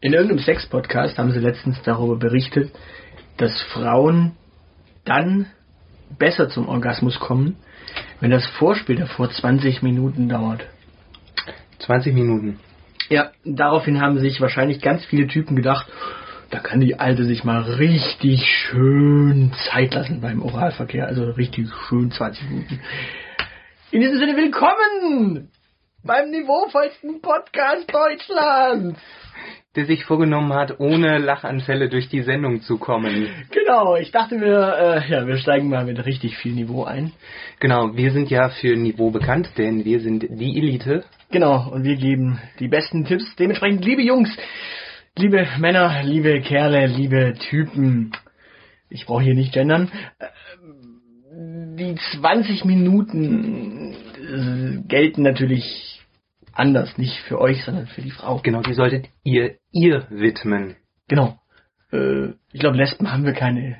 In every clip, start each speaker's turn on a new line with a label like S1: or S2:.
S1: irgendeinem Sex-Podcast haben sie letztens darüber berichtet, dass Frauen dann besser zum Orgasmus kommen, wenn das Vorspiel davor 20 Minuten dauert.
S2: 20 Minuten.
S1: Ja, daraufhin haben sich wahrscheinlich ganz viele Typen gedacht, da kann die Alte sich mal richtig schön Zeit lassen beim Oralverkehr. Also richtig schön 20 Minuten. In diesem Sinne willkommen beim niveauvollsten Podcast Deutschlands.
S2: Der sich vorgenommen hat, ohne Lachanfälle durch die Sendung zu kommen.
S1: Genau, ich dachte wir, äh, ja, wir steigen mal mit richtig viel Niveau ein.
S2: Genau, wir sind ja für Niveau bekannt, denn wir sind die Elite.
S1: Genau, und wir geben die besten Tipps. Dementsprechend, liebe Jungs, liebe Männer, liebe Kerle, liebe Typen, ich brauche hier nicht gendern, äh, die 20 Minuten äh, gelten natürlich anders, nicht für euch, sondern für die Frau.
S2: Genau, die solltet ihr ihr widmen.
S1: Genau. Äh, ich glaube, Lesben haben wir keine,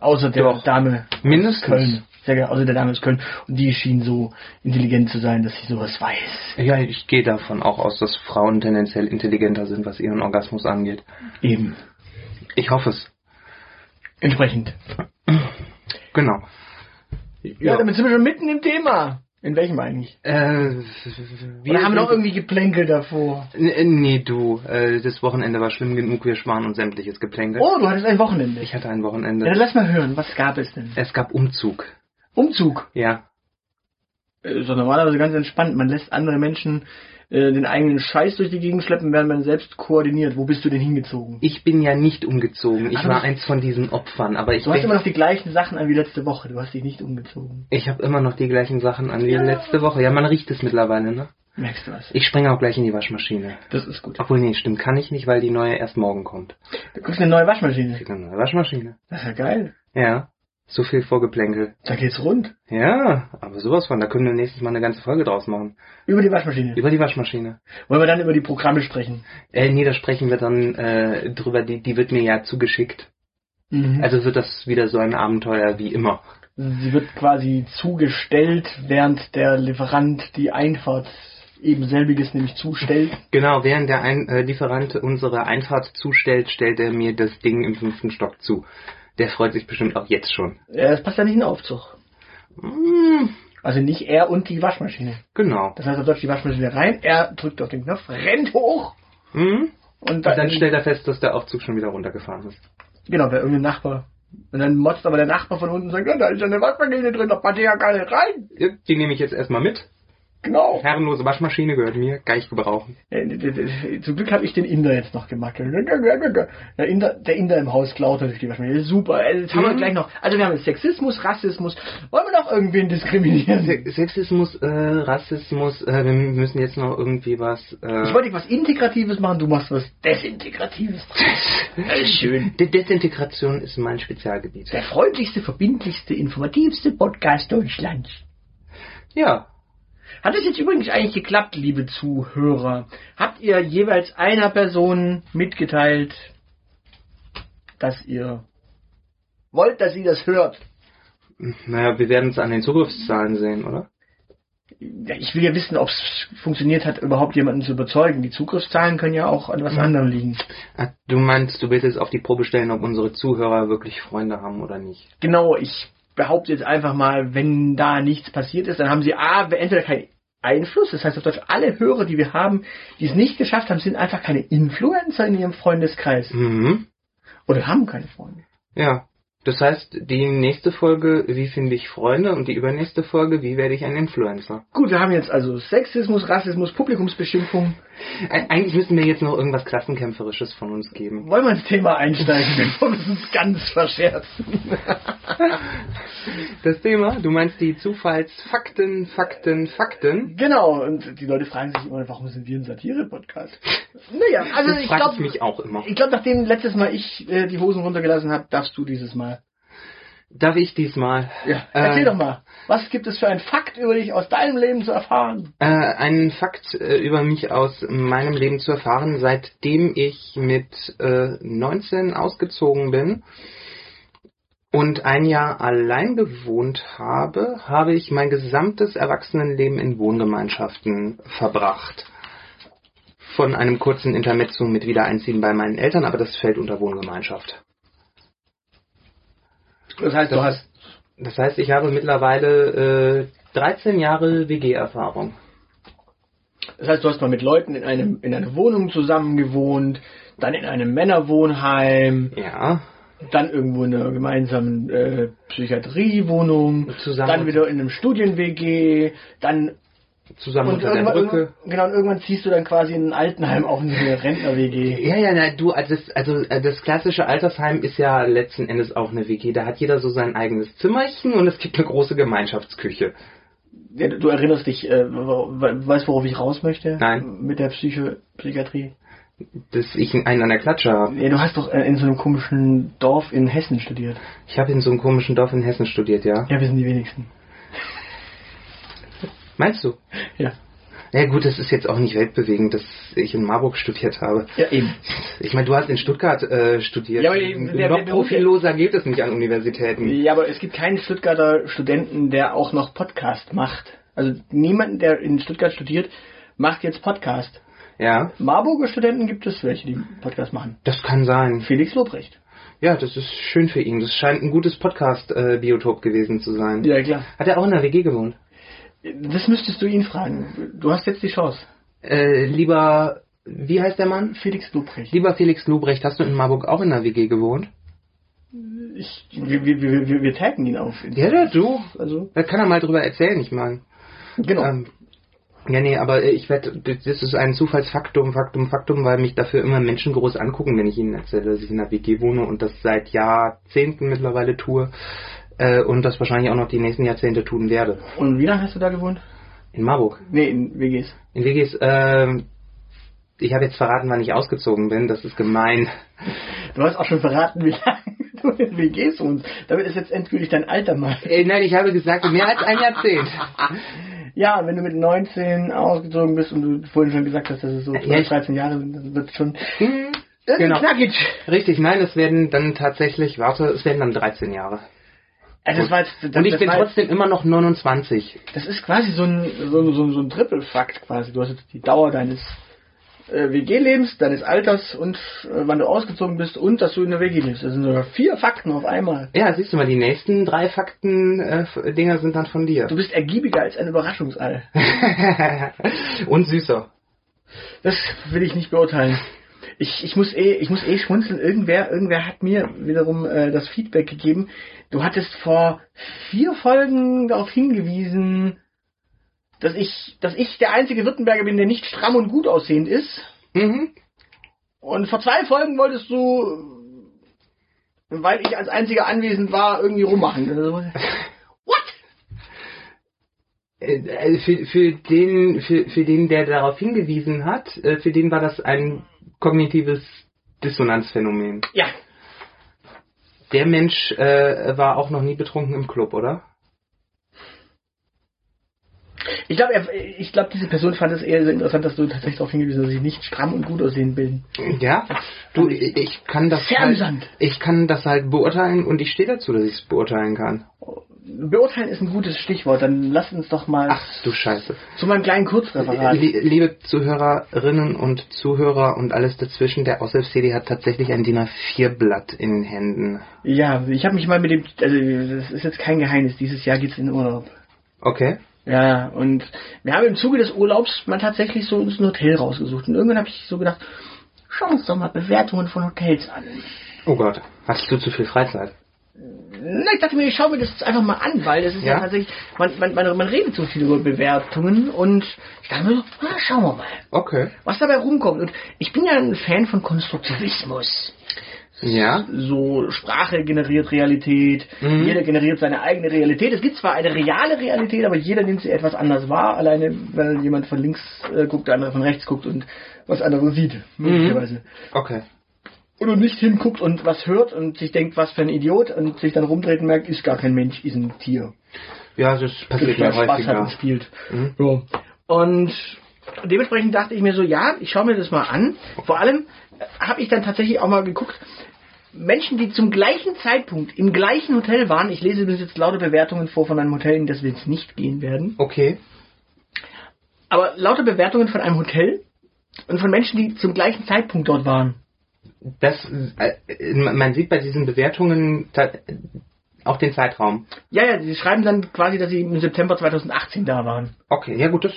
S1: außer der
S2: Doch.
S1: Dame aus
S2: Mindestens.
S1: Köln. Sehr gerne, außer der Dame aus Köln. Und die schien so intelligent zu sein, dass sie sowas weiß.
S2: Ja, ich gehe davon auch aus, dass Frauen tendenziell intelligenter sind, was ihren Orgasmus angeht.
S1: Eben.
S2: Ich hoffe es.
S1: Entsprechend.
S2: Genau.
S1: Ja, damit sind wir schon mitten im Thema. In welchem eigentlich?
S2: Äh,
S1: Wir haben noch irgendwie geplänkelt davor.
S2: N- Nee, du, äh, das Wochenende war schlimm genug, wir sparen uns sämtliches Geplänkel.
S1: Oh, du hattest ein Wochenende.
S2: Ich hatte ein
S1: Ja,
S2: Wochenende.
S1: dann lass mal hören, was gab es denn?
S2: Es gab Umzug.
S1: Umzug.
S2: Ja.
S1: Äh, Ist doch normalerweise ganz entspannt. Man lässt andere Menschen äh, den eigenen Scheiß durch die Gegend schleppen, während man selbst koordiniert. Wo bist du denn hingezogen?
S2: Ich bin ja nicht umgezogen. Ich
S1: Aber
S2: war
S1: du-
S2: eins von diesen Opfern, aber ich
S1: Du hast
S2: bin,
S1: immer noch die gleichen Sachen an wie letzte Woche. Du hast dich nicht umgezogen.
S2: ich habe immer noch die gleichen Sachen an wie letzte Woche. Ja, man riecht es mittlerweile, ne?
S1: Merkst du was?
S2: Ich springe auch gleich in die Waschmaschine.
S1: Das ist gut.
S2: Obwohl, nee, stimmt, kann ich nicht, weil die neue erst morgen kommt.
S1: Du kriegst eine neue Waschmaschine.
S2: Kriegt eine neue Waschmaschine.
S1: Das ist ja geil.
S2: Ja. So viel Vorgeplänkel.
S1: Da geht's rund.
S2: Ja, aber sowas von, da können wir nächstes Mal eine ganze Folge draus machen.
S1: Über die Waschmaschine.
S2: Über die Waschmaschine.
S1: Wollen wir dann über die Programme sprechen?
S2: Äh, nee, da sprechen wir dann äh, drüber. Die, die wird mir ja zugeschickt.
S1: Mhm.
S2: Also wird das wieder so ein Abenteuer wie immer.
S1: Sie wird quasi zugestellt, während der Lieferant die Einfahrt eben selbiges nämlich zustellt.
S2: Genau, während der ein äh, Lieferant unsere Einfahrt zustellt, stellt er mir das Ding im fünften Stock zu. Der freut sich bestimmt auch jetzt schon.
S1: Ja, das passt ja nicht in den Aufzug.
S2: Mm,
S1: Also nicht er und die Waschmaschine.
S2: genau.
S1: Das heißt, er läuft die Waschmaschine rein, er drückt auf den Knopf, rennt hoch
S2: Mm.
S1: und
S2: Und
S1: dann,
S2: dann stellt er fest, dass der Aufzug schon wieder runtergefahren ist.
S1: genau, der irgendein Nachbar. Und dann motzt aber der Nachbar von unten und sagt, ja, da ist ja eine Waschmaschine drin, da passt ja gar nicht rein.
S2: Ja, Die nehme ich jetzt erstmal mit.
S1: Genau.
S2: Herrenlose Waschmaschine gehört mir, kann ich gebrauchen.
S1: Äh, Zum Glück habe ich den Inder jetzt noch gemackelt. Der Inder, der Inder im Haus klaut natürlich die Waschmaschine. Super, äh, das haben wir
S2: Mhm.
S1: gleich noch. Also wir haben jetzt Sexismus, Rassismus. Wollen wir noch irgendwen diskriminieren?
S2: Se Sexismus, äh, Rassismus, äh, wir müssen jetzt noch irgendwie was... Äh,
S1: Ich wollte was Integratives machen, du machst was Desintegratives. Alles schön.
S2: De Desintegration ist mein Spezialgebiet.
S1: Der freundlichste, verbindlichste, informativste Podcast Deutschlands.
S2: Ja,
S1: Hat es jetzt übrigens eigentlich geklappt, liebe Zuhörer? Habt ihr jeweils einer Person mitgeteilt, dass ihr wollt, dass sie das hört?
S2: naja, wir werden es an den Zugriffszahlen sehen, oder?
S1: Ja, Ich will ja wissen, ob es funktioniert hat, überhaupt jemanden zu überzeugen. Die Zugriffszahlen können ja auch an was anderem liegen.
S2: Ah, Du meinst, du willst jetzt auf die Probe stellen, ob unsere Zuhörer wirklich Freunde haben oder nicht.
S1: Genau, ich behaupte jetzt einfach mal, wenn da nichts passiert ist, dann haben sie A, entweder keinen Einfluss, das heißt auf Deutsch, alle Hörer, die wir haben, die es nicht geschafft haben, sind einfach keine Influencer in ihrem Freundeskreis
S2: Mhm.
S1: oder haben keine Freunde.
S2: Ja. Das heißt, die nächste Folge, wie finde ich Freunde und die übernächste Folge, wie werde ich ein Influencer?
S1: Gut, wir haben jetzt also Sexismus, Rassismus, Publikumsbeschimpfung.
S2: E eigentlich müssen wir jetzt noch irgendwas Klassenkämpferisches von uns geben.
S1: Wollen wir ins Thema einsteigen, bevor wir uns ganz verscherzen?
S2: Das Thema, du meinst die Zufallsfakten, Fakten, Fakten?
S1: Genau, und die Leute fragen sich immer, warum sind wir ein Satire-Podcast? Naja, also
S2: das
S1: ich
S2: frage
S1: glaube,
S2: ich mich auch immer.
S1: ich glaub, nachdem letztes Mal ich äh, die Hosen runtergelassen habe, darfst du dieses Mal.
S2: Darf ich diesmal?
S1: Ja. Erzähl
S2: Ähm,
S1: doch mal, was gibt es für einen Fakt über dich aus deinem Leben zu erfahren?
S2: Äh, einen Fakt äh, über mich aus meinem Leben zu erfahren, seitdem ich mit äh, 19 ausgezogen bin und ein Jahr allein gewohnt habe, habe ich mein gesamtes Erwachsenenleben in Wohngemeinschaften verbracht. von einem kurzen Intermezzo mit Wiedereinziehen bei meinen Eltern, aber das fällt unter Wohngemeinschaft.
S1: Das heißt, du
S2: Das-
S1: hast
S2: Das heißt, ich habe mittlerweile äh, 13 Jahre WG-Erfahrung.
S1: Das heißt, du hast mal mit Leuten in einem in einer Wohnung zusammen gewohnt, dann in einem Männerwohnheim,
S2: Ja.
S1: dann irgendwo in einer gemeinsamen äh, Psychiatriewohnung,
S2: Zusammen-
S1: dann wieder in einem Studien-WG, dann
S2: Zusammen
S1: und
S2: unter der
S1: irgendwann,
S2: Brücke.
S1: irgendwann- genau und irgendwann ziehst du dann quasi in ein Altenheim auch in eine Rentner-WG.
S2: Ja, ja, na, du, also das, also äh, das klassische Altersheim ist ja letzten Endes auch eine WG. Da hat jeder so sein eigenes Zimmerchen und es gibt eine große Gemeinschaftsküche.
S1: Ja, du erinnerst dich, äh, wo- we- weißt worauf ich raus möchte?
S2: Nein.
S1: Mit der Psycho Psychiatrie.
S2: Dass ich einen an der Klatsche habe.
S1: Ja, du hast doch äh, in so einem komischen Dorf in Hessen studiert.
S2: Ich habe in so einem komischen Dorf in Hessen studiert, ja.
S1: Ja, wir sind die wenigsten.
S2: Meinst du?
S1: Ja.
S2: Ja gut, das ist jetzt auch nicht weltbewegend, dass ich in Marburg studiert habe.
S1: Ja, eben.
S2: Ich meine, du hast in Stuttgart äh, studiert.
S1: Ja, aber eben, der-
S2: Noch
S1: der Beruf-
S2: profilloser geht es nicht an Universitäten.
S1: Ja, aber es gibt keinen Stuttgarter Studenten, der auch noch Podcast macht. Also niemanden, der in Stuttgart studiert, macht jetzt Podcast.
S2: Ja,
S1: Marburger Studenten gibt es welche, die Podcast machen.
S2: das kann sein.
S1: Felix Lobrecht.
S2: Ja, das ist schön für ihn. Das scheint ein gutes Podcast-Biotop gewesen zu sein.
S1: Ja, klar.
S2: Hat er auch in der WG gewohnt?
S1: Das müsstest du ihn fragen. Du hast jetzt die Chance.
S2: Äh, lieber, wie heißt der Mann?
S1: Felix Lobrecht.
S2: Lieber Felix Lobrecht, hast du in Marburg auch in der WG gewohnt?
S1: Ich, wir, wir, wir, wir- wir taggen ihn auf.
S2: Ja, ja, du.
S1: Also,
S2: Da kann er mal drüber erzählen, ich meine.
S1: genau.
S2: Ähm, ja, nee, aber ich werde, das ist ein Zufallsfaktum, Faktum, Faktum, weil mich dafür immer Menschen groß angucken, wenn ich ihnen erzähle, dass ich in einer WG wohne und das seit Jahrzehnten mittlerweile tue äh, und das wahrscheinlich auch noch die nächsten Jahrzehnte tun werde.
S1: Und wie lange hast du da gewohnt?
S2: In Marburg.
S1: Nee, in WGs.
S2: In WGs, ähm, ich habe jetzt verraten, wann ich ausgezogen bin, das ist gemein.
S1: Du hast auch schon verraten, wie lange du in WGs wohnst. Damit ist jetzt endgültig dein Alter mal.
S2: Äh, nein, ich habe gesagt, mehr als ein Jahrzehnt.
S1: Ja, wenn du mit 19 ausgezogen bist und du vorhin schon gesagt hast, dass es so
S2: Ja,
S1: 12,
S2: ich-
S1: 13 Jahre sind, dann wird schon
S2: Hm,
S1: äh,
S2: genau.
S1: knackig.
S2: Richtig, nein, es werden dann tatsächlich, warte, es werden dann 13 Jahre.
S1: Also das war jetzt, das,
S2: Und ich
S1: das,
S2: bin
S1: war jetzt,
S2: trotzdem immer noch 29.
S1: das ist quasi so ein, so, ein- so, ein- so ein Triple-Fakt quasi. Du hast jetzt die Dauer deines äh, WG-Lebens, deines Alters und äh, wann du ausgezogen bist und dass du in der WG lebst. Das sind sogar vier Fakten auf einmal.
S2: Ja, siehst du mal, die nächsten drei Fakten-Dinger sind dann von dir.
S1: Du bist ergiebiger als ein Überraschungsei.
S2: Und süßer.
S1: Das will ich nicht beurteilen. Ich, ich muss eh, ich muss eh schmunzeln. Irgendwer, irgendwer hat mir wiederum äh, das Feedback gegeben. Du hattest vor vier Folgen darauf hingewiesen, dass ich, dass ich der einzige Württemberger bin, der nicht stramm und gut aussehend ist.
S2: Mhm.
S1: Und vor zwei Folgen wolltest du, weil ich als einziger anwesend war, irgendwie rummachen. Also, What?
S2: Äh, äh, Für, für, den, für, für den, der darauf hingewiesen hat, äh, für den war das ein kognitives Dissonanzphänomen.
S1: Ja,
S2: Der Mensch äh, war auch noch nie betrunken im Club, oder?
S1: ich glaube, er- ich glaube, diese Person fand es eher so interessant, dass du tatsächlich darauf hingewiesen hast, dass ich nicht stramm und gut aussehend bin.
S2: Ja. Du, ich ich kann das
S1: Fernsand.
S2: halt, ich kann das halt beurteilen und ich stehe dazu, dass ich es beurteilen kann.
S1: Beurteilen ist ein gutes Stichwort. Dann lass uns doch mal
S2: Ach Äh, du Scheiße.
S1: zu meinem kleinen Kurzreferat.
S2: Lie- Liebe Zuhörerinnen und Zuhörer und alles dazwischen, der Aushilfs CD hat tatsächlich ein DIN A4-Blatt in den Händen.
S1: Ja, ich habe mich mal mit dem, also das ist jetzt kein Geheimnis. Dieses Jahr geht's in Urlaub.
S2: Okay.
S1: Ja, und wir haben im Zuge des Urlaubs mal tatsächlich so uns ein Hotel rausgesucht. Und irgendwann habe ich so gedacht, schauen wir uns doch mal Bewertungen von Hotels an.
S2: Oh Gott, hast du zu viel Freizeit?
S1: Na, ich dachte mir, ich schaue mir das jetzt einfach mal an, weil das ist ja,
S2: Ja.
S1: tatsächlich, man, man, man, man redet so viel über Bewertungen und ich dachte mir so, na, schauen wir mal,
S2: Okay.
S1: was dabei rumkommt. Und ich bin ja ein Fan von Konstruktivismus.
S2: Ja.
S1: so Sprache generiert Realität,
S2: Mhm.
S1: jeder generiert seine eigene Realität. Es gibt zwar eine reale Realität, aber jeder nimmt sie etwas anders wahr, alleine weil jemand von links äh, guckt, der andere von rechts guckt und was anderes sieht, möglicherweise.
S2: Okay.
S1: Oder nicht hinguckt und was hört und sich denkt, was für ein Idiot und sich dann rumdreht und merkt, ist gar kein Mensch, ist ein Tier.
S2: Ja, das passiert
S1: Spaß
S2: mir
S1: hat und
S2: häufiger.
S1: spielt. Ja. Und dementsprechend dachte ich mir so, ja, ich schaue mir das mal an. Vor allem äh, habe ich dann tatsächlich auch mal geguckt, Menschen, die zum gleichen Zeitpunkt im gleichen Hotel waren, ich lese bis jetzt lauter Bewertungen vor von einem Hotel, in das wir jetzt nicht gehen werden,
S2: Okay.
S1: aber lauter Bewertungen von einem Hotel, Und von Menschen, die zum gleichen Zeitpunkt dort waren.
S2: Das, äh, man sieht bei diesen Bewertungen ta- auch den Zeitraum.
S1: Ja, ja, sie schreiben dann quasi, dass sie im September 2018 da waren.
S2: Okay, ja gut, das,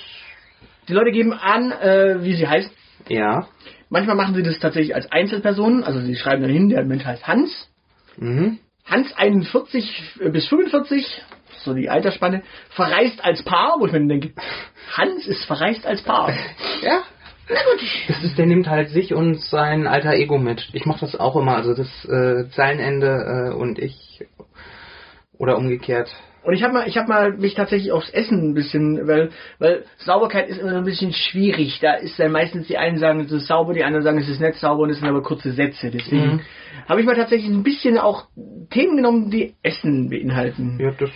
S1: Die Leute geben an, äh, wie sie heißen.
S2: ja.
S1: Manchmal machen sie das tatsächlich als Einzelpersonen. Also sie schreiben dann hin, der Mensch heißt Hans.
S2: Mhm.
S1: Hans 41 bis 45, so die Altersspanne, verreist als Paar, wo ich mir dann denke, Hans ist verreist als Paar.
S2: Ja. Das ist, der nimmt halt sich und sein alter Ego mit. Ich mache das auch immer, also das äh, Zeilenende äh, und ich oder umgekehrt.
S1: Und ich habe mal, ich habe mal mich tatsächlich aufs Essen ein bisschen, weil, weil Sauberkeit ist immer so ein bisschen schwierig. Da ist dann meistens die einen sagen, es ist sauber, die anderen sagen, es ist nicht sauber und es sind aber kurze Sätze. Deswegen
S2: Mhm.
S1: habe ich mal tatsächlich ein bisschen auch Themen genommen, die Essen beinhalten.
S2: Ja, das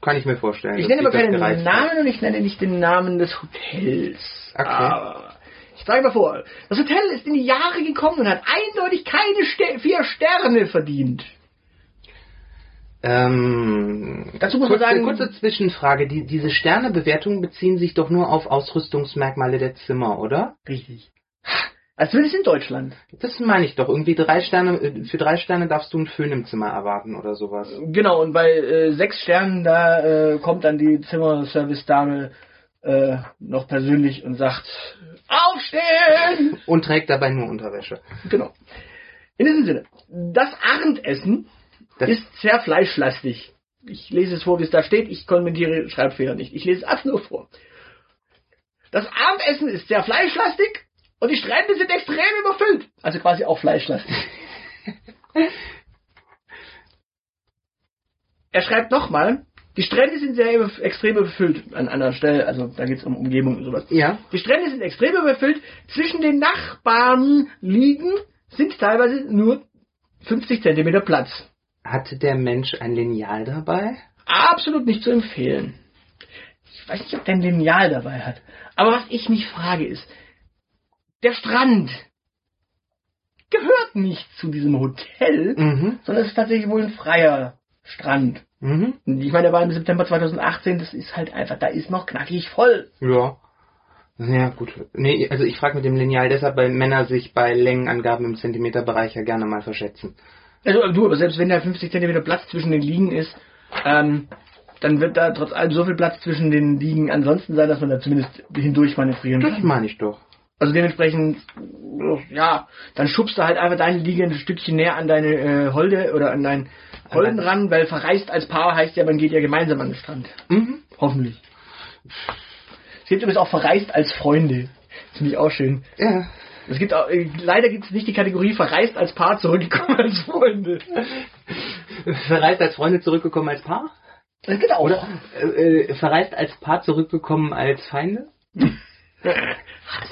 S2: kann ich mir vorstellen.
S1: Ich
S2: dass
S1: nenne aber
S2: dich das
S1: keinen
S2: gereizt hat.
S1: Namen und ich nenne nicht den Namen des Hotels.
S2: Okay.
S1: Aber ich sage mal vor, das Hotel ist in die Jahre gekommen und hat eindeutig keine Ste vier Sterne verdient.
S2: Ähm,
S1: Dazu muss man
S2: kurze,
S1: sagen-
S2: kurze Zwischenfrage. Die, diese Sternebewertungen beziehen sich doch nur auf Ausrüstungsmerkmale der Zimmer, oder?
S1: Richtig. Also zumindest in Deutschland.
S2: Das meine ich doch. Irgendwie drei Sterne, äh, für drei Sterne darfst du einen Föhn im Zimmer erwarten oder sowas.
S1: Genau, und bei äh, sechs Sternen, da äh, kommt dann die Zimmerservice-Dame äh, noch persönlich und sagt, aufstehen!
S2: Und trägt dabei nur Unterwäsche.
S1: Genau. In diesem Sinne, das Abendessen
S2: Das-
S1: ist sehr fleischlastig. Ich lese es vor, wie es da steht. Ich kommentiere Schreibfehler nicht. Ich lese es einfach nur vor. Das Abendessen ist sehr fleischlastig und die Strände sind extrem überfüllt. Also quasi auch fleischlastig. er schreibt nochmal, die Strände sind sehr über, extrem überfüllt an anderer Stelle. Also da geht es um Umgebung und sowas.
S2: Ja.
S1: Die Strände sind extrem überfüllt. Zwischen den Nachbarn liegen sind teilweise nur 50 Zentimeter Platz.
S2: Hatte der Mensch ein Lineal dabei?
S1: Absolut nicht zu empfehlen. Ich weiß nicht, ob der ein Lineal dabei hat. Aber was ich mich frage ist, der Strand gehört nicht zu diesem Hotel,
S2: Mhm.
S1: sondern es ist tatsächlich wohl ein freier Strand.
S2: Mhm.
S1: Und Ich meine, der war im September 2018, das ist halt einfach, da ist noch knackig voll.
S2: Ja. Ja, gut. Nee, also ich frage mit dem Lineal deshalb, weil Männer sich bei Längenangaben im Zentimeterbereich ja gerne mal verschätzen.
S1: Also äh, du, aber selbst wenn da 50 Zentimeter Platz zwischen den Liegen ist, ähm, dann wird da trotz allem so viel Platz zwischen den Liegen ansonsten sein, dass man da zumindest hindurch manövrieren
S2: Das
S1: kann.
S2: meine ich doch.
S1: Also dementsprechend, äh, ja, dann schubst du halt einfach deine Liege ein Stückchen näher an deine äh, Holde oder an deinen Holden
S2: dein-
S1: ran, weil verreist als Paar heißt ja, man geht ja gemeinsam an den Strand.
S2: Mhm.
S1: Hoffentlich. Es gibt übrigens auch verreist als Freunde. Das finde ich auch schön.
S2: Ja.
S1: Es gibt auch, äh, leider gibt es nicht die Kategorie verreist als Paar, zurückgekommen als Freunde.
S2: Verreist als Freunde zurückgekommen als Paar?
S1: Das geht auch.
S2: Oder äh, äh, verreist als Paar zurückgekommen als Feinde?
S1: Hass.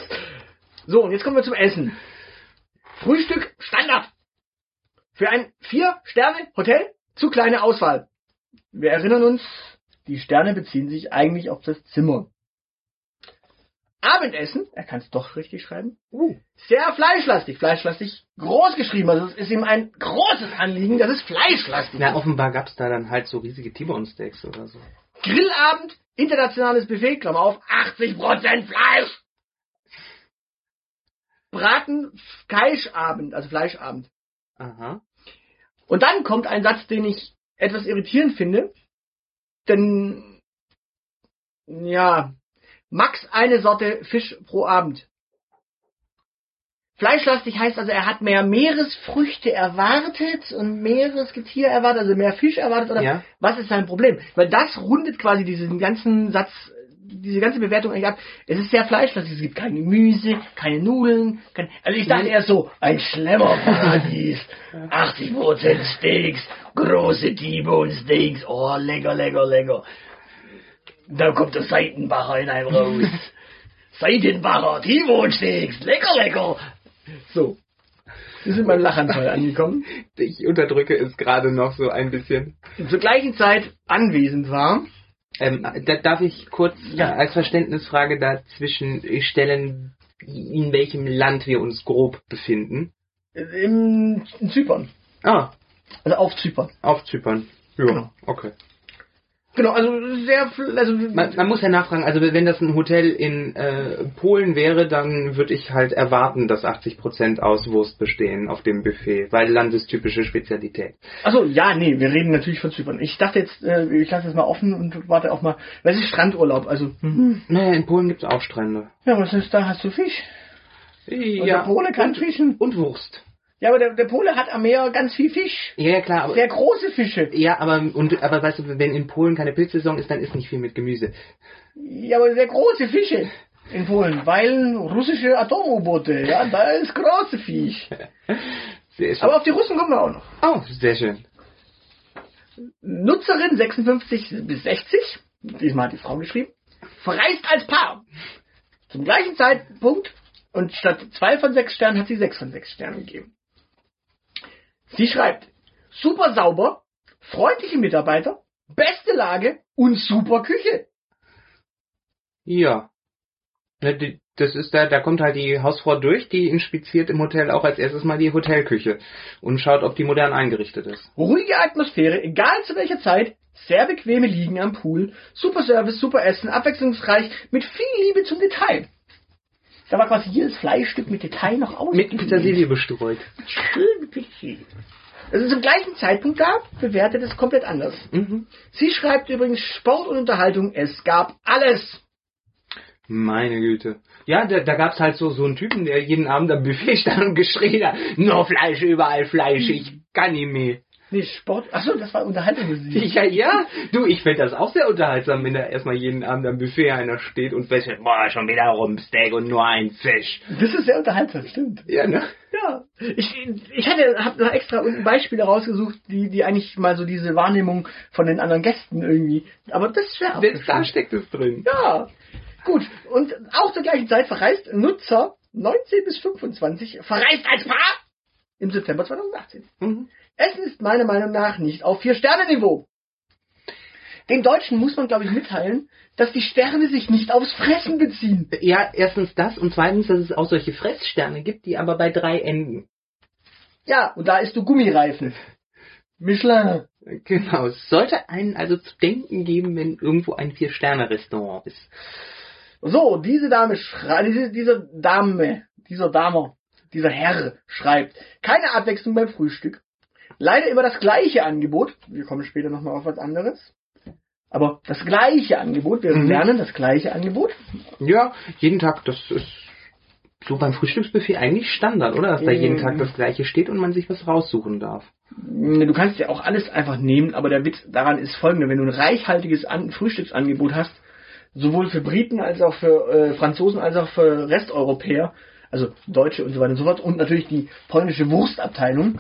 S1: So, und jetzt kommen wir zum Essen. Frühstück Standard. Für ein Vier-Sterne-Hotel zu kleine Auswahl. Wir erinnern uns, die Sterne beziehen sich eigentlich auf das Zimmer. Abendessen, er kann es doch richtig schreiben,
S2: Uh.
S1: sehr fleischlastig. Fleischlastig groß geschrieben. Also es ist ihm ein großes Anliegen, dass es fleischlastig
S2: Na, offenbar gab's da dann halt so riesige T-Bone-Steaks oder so.
S1: ist. Grillabend, internationales Buffet, Klammer auf, 80% Fleisch. Braten Fleischabend, also Fleischabend.
S2: Aha.
S1: Und dann kommt ein Satz, den ich etwas irritierend finde. Denn, ja, max eine Sorte Fisch pro Abend. Fleischlastig heißt also, er hat mehr Meeresfrüchte erwartet und Meeresgetier erwartet, also mehr Fisch erwartet. Oder
S2: Ja.
S1: Was ist sein Problem? Weil das rundet quasi diesen ganzen Satz, diese ganze Bewertung eigentlich ab. Es ist sehr fleischlastig, es gibt kein Gemüse, keine Nudeln. Kein, also ich dachte
S2: Mhm.
S1: erst so, ein Schlemmerparadies, 80% Steaks, große T-Bone Steaks, oh lecker, lecker, lecker. Da kommt der Seitenbacher in einem raus. Seidenbacher, T-Bone Steaks, lecker, lecker. So. Sie sind beim Lachanfall angekommen.
S2: Ich unterdrücke es gerade noch so ein bisschen.
S1: Und zur gleichen Zeit anwesend war.
S2: Ähm, da darf ich kurz äh,
S1: Ja.
S2: als Verständnisfrage dazwischen stellen, in welchem Land wir uns grob befinden?
S1: In, in Zypern.
S2: Ah,
S1: Also auf Zypern.
S2: auf Zypern. Ja,
S1: Genau.
S2: okay.
S1: Genau, also sehr, fl- also
S2: Man, man muss ja nachfragen, also wenn das ein Hotel in äh, Polen wäre, dann würde ich halt erwarten, dass 80% aus Wurst bestehen auf dem Buffet, weil landestypische Spezialität.
S1: Achso, ja, nee, wir reden natürlich von Zypern. Ich dachte jetzt, äh, ich lasse das mal offen und warte auch mal. Weil es ist Strandurlaub, also. Mhm.
S2: Naja, in Polen gibt's auch Strände.
S1: Ja, was ist da? Hast du Fisch? Und der Pole kann
S2: und,
S1: fischen.
S2: und Wurst.
S1: Ja, aber der, der Pole hat am Meer ganz viel Fisch.
S2: Ja, ja, klar, aber
S1: Sehr große Fische.
S2: ja, aber und aber weißt du, wenn in Polen keine Pilzsaison ist, dann ist nicht viel mit Gemüse.
S1: Ja, aber sehr große Fische in Polen, weil russische Atom-U-Boote, ja, da ist große Fisch.
S2: Sehr schön.
S1: Aber auf die Russen kommen wir auch noch.
S2: oh, sehr schön.
S1: Nutzerin 56 bis 60, diesmal hat die Frau geschrieben, verreist als Paar. Zum gleichen Zeitpunkt und statt zwei von sechs Sternen hat sie sechs von sechs Sternen gegeben. Sie schreibt, super sauber, freundliche Mitarbeiter, beste Lage und super Küche.
S2: Ja. Ne, die- Das ist da, da kommt halt die Hausfrau durch, die inspiziert im Hotel auch als erstes mal die Hotelküche und schaut, ob die modern eingerichtet ist.
S1: Ruhige Atmosphäre, egal zu welcher Zeit, sehr bequeme Liegen am Pool, super Service, super Essen, abwechslungsreich, mit viel Liebe zum Detail. Da war quasi jedes Fleischstück mit Detail noch aus.
S2: Mit Petersilie bestreut.
S1: Schön Petersilie. Also zum gleichen Zeitpunkt gab, bewertet es komplett anders.
S2: Mhm.
S1: Sie schreibt übrigens Sport und Unterhaltung, es gab alles.
S2: Meine Güte. Ja, da, da gab's halt so, so einen Typen, der jeden Abend am Buffet stand und geschrien hat, nur Fleisch, überall Fleisch, ich kann nicht mehr.
S1: Nee, Sport, achso, das war Unterhaltung für sie.
S2: Ja, ja, du, ich find das auch sehr unterhaltsam, wenn da erstmal jeden Abend am Buffet einer steht und feststellt, boah, schon wieder Rumpsteak und nur ein Fisch.
S1: Das ist sehr unterhaltsam, stimmt.
S2: Ja, ne?
S1: Ja, ich, ich hatte, habe noch extra unten Beispiele rausgesucht, die, die eigentlich mal so diese Wahrnehmung von den anderen Gästen irgendwie. Aber das ist schwer.
S2: Selbst da
S1: aufgeschrieben.
S2: steckt es drin.
S1: Ja, gut. Und auch zur gleichen Zeit verreist Nutzer 19 bis 25 verreist als Paar im September 2018.
S2: Mhm.
S1: Essen ist meiner Meinung nach nicht auf Vier-Sterne-Niveau. Den Deutschen muss man, glaube ich, mitteilen, dass die Sterne sich nicht aufs Fressen beziehen.
S2: Ja, erstens das und zweitens, dass es auch solche Fresssterne gibt, die aber bei drei enden.
S1: Ja, und da ist du Gummireifen. Michelin.
S2: Genau, es sollte einen also zu denken geben, wenn irgendwo ein Vier-Sterne-Restaurant ist.
S1: So, diese Dame schreibt, diese, diese Dame, dieser Dame, dieser Herr schreibt, keine Abwechslung beim Frühstück. Leider immer das gleiche Angebot. Wir kommen später nochmal auf was anderes. Aber das gleiche Angebot, wir
S2: Mhm.
S1: lernen das gleiche Angebot.
S2: Ja, jeden Tag, das ist so beim Frühstücksbuffet eigentlich Standard, oder? Dass da jeden
S1: Mhm.
S2: Tag das gleiche steht und man sich was raussuchen darf.
S1: Ne, Du kannst ja auch alles einfach nehmen, aber der Witz daran ist folgender. Wenn du ein reichhaltiges An Frühstücksangebot hast, sowohl für Briten als auch für äh, Franzosen als auch für Resteuropäer, also Deutsche und so weiter und so fort, und natürlich die polnische Wurstabteilung,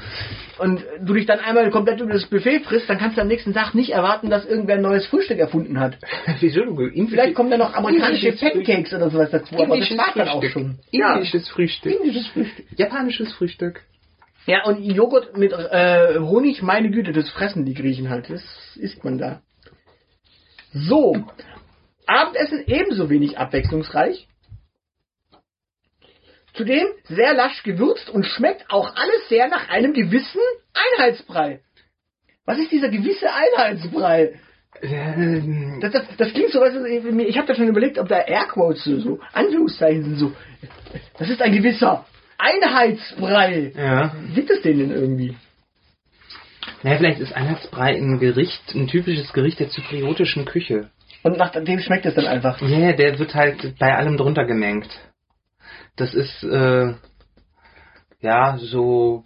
S1: und du dich dann einmal komplett über das Buffet frisst, dann kannst du am nächsten Tag nicht erwarten, dass irgendwer ein neues Frühstück erfunden hat.
S2: Wieso du
S1: Vielleicht kommen dann noch amerikanische
S2: Indisches Frühstück.
S1: Pancakes oder sowas dazu, aber das
S2: indisches
S1: war's dann auch
S2: Frühstück.
S1: schon. Ja,
S2: Indisches Frühstück.
S1: indisches Frühstück.
S2: Japanisches Frühstück.
S1: Ja, und Joghurt mit äh, Honig, meine Güte, das fressen die Griechen halt. Das isst man da. So. Abendessen ebenso wenig abwechslungsreich. Zudem sehr lasch gewürzt und schmeckt auch alles sehr nach einem gewissen Einheitsbrei. Was ist dieser gewisse Einheitsbrei?
S2: Ähm,
S1: Das, das, das klingt so, weißt du, ich- ich habe da schon überlegt, ob da Airquotes so, so Anführungszeichen sind so. Das ist ein gewisser Einheitsbrei.
S2: ja.
S1: Gibt es den denn irgendwie?
S2: Naja, vielleicht ist Einheitsbrei ein Gericht, ein typisches Gericht der zypriotischen Küche.
S1: Und nach dem schmeckt es dann einfach.
S2: Ja, ja, der wird halt bei allem drunter gemengt. Das ist, äh, ja, so,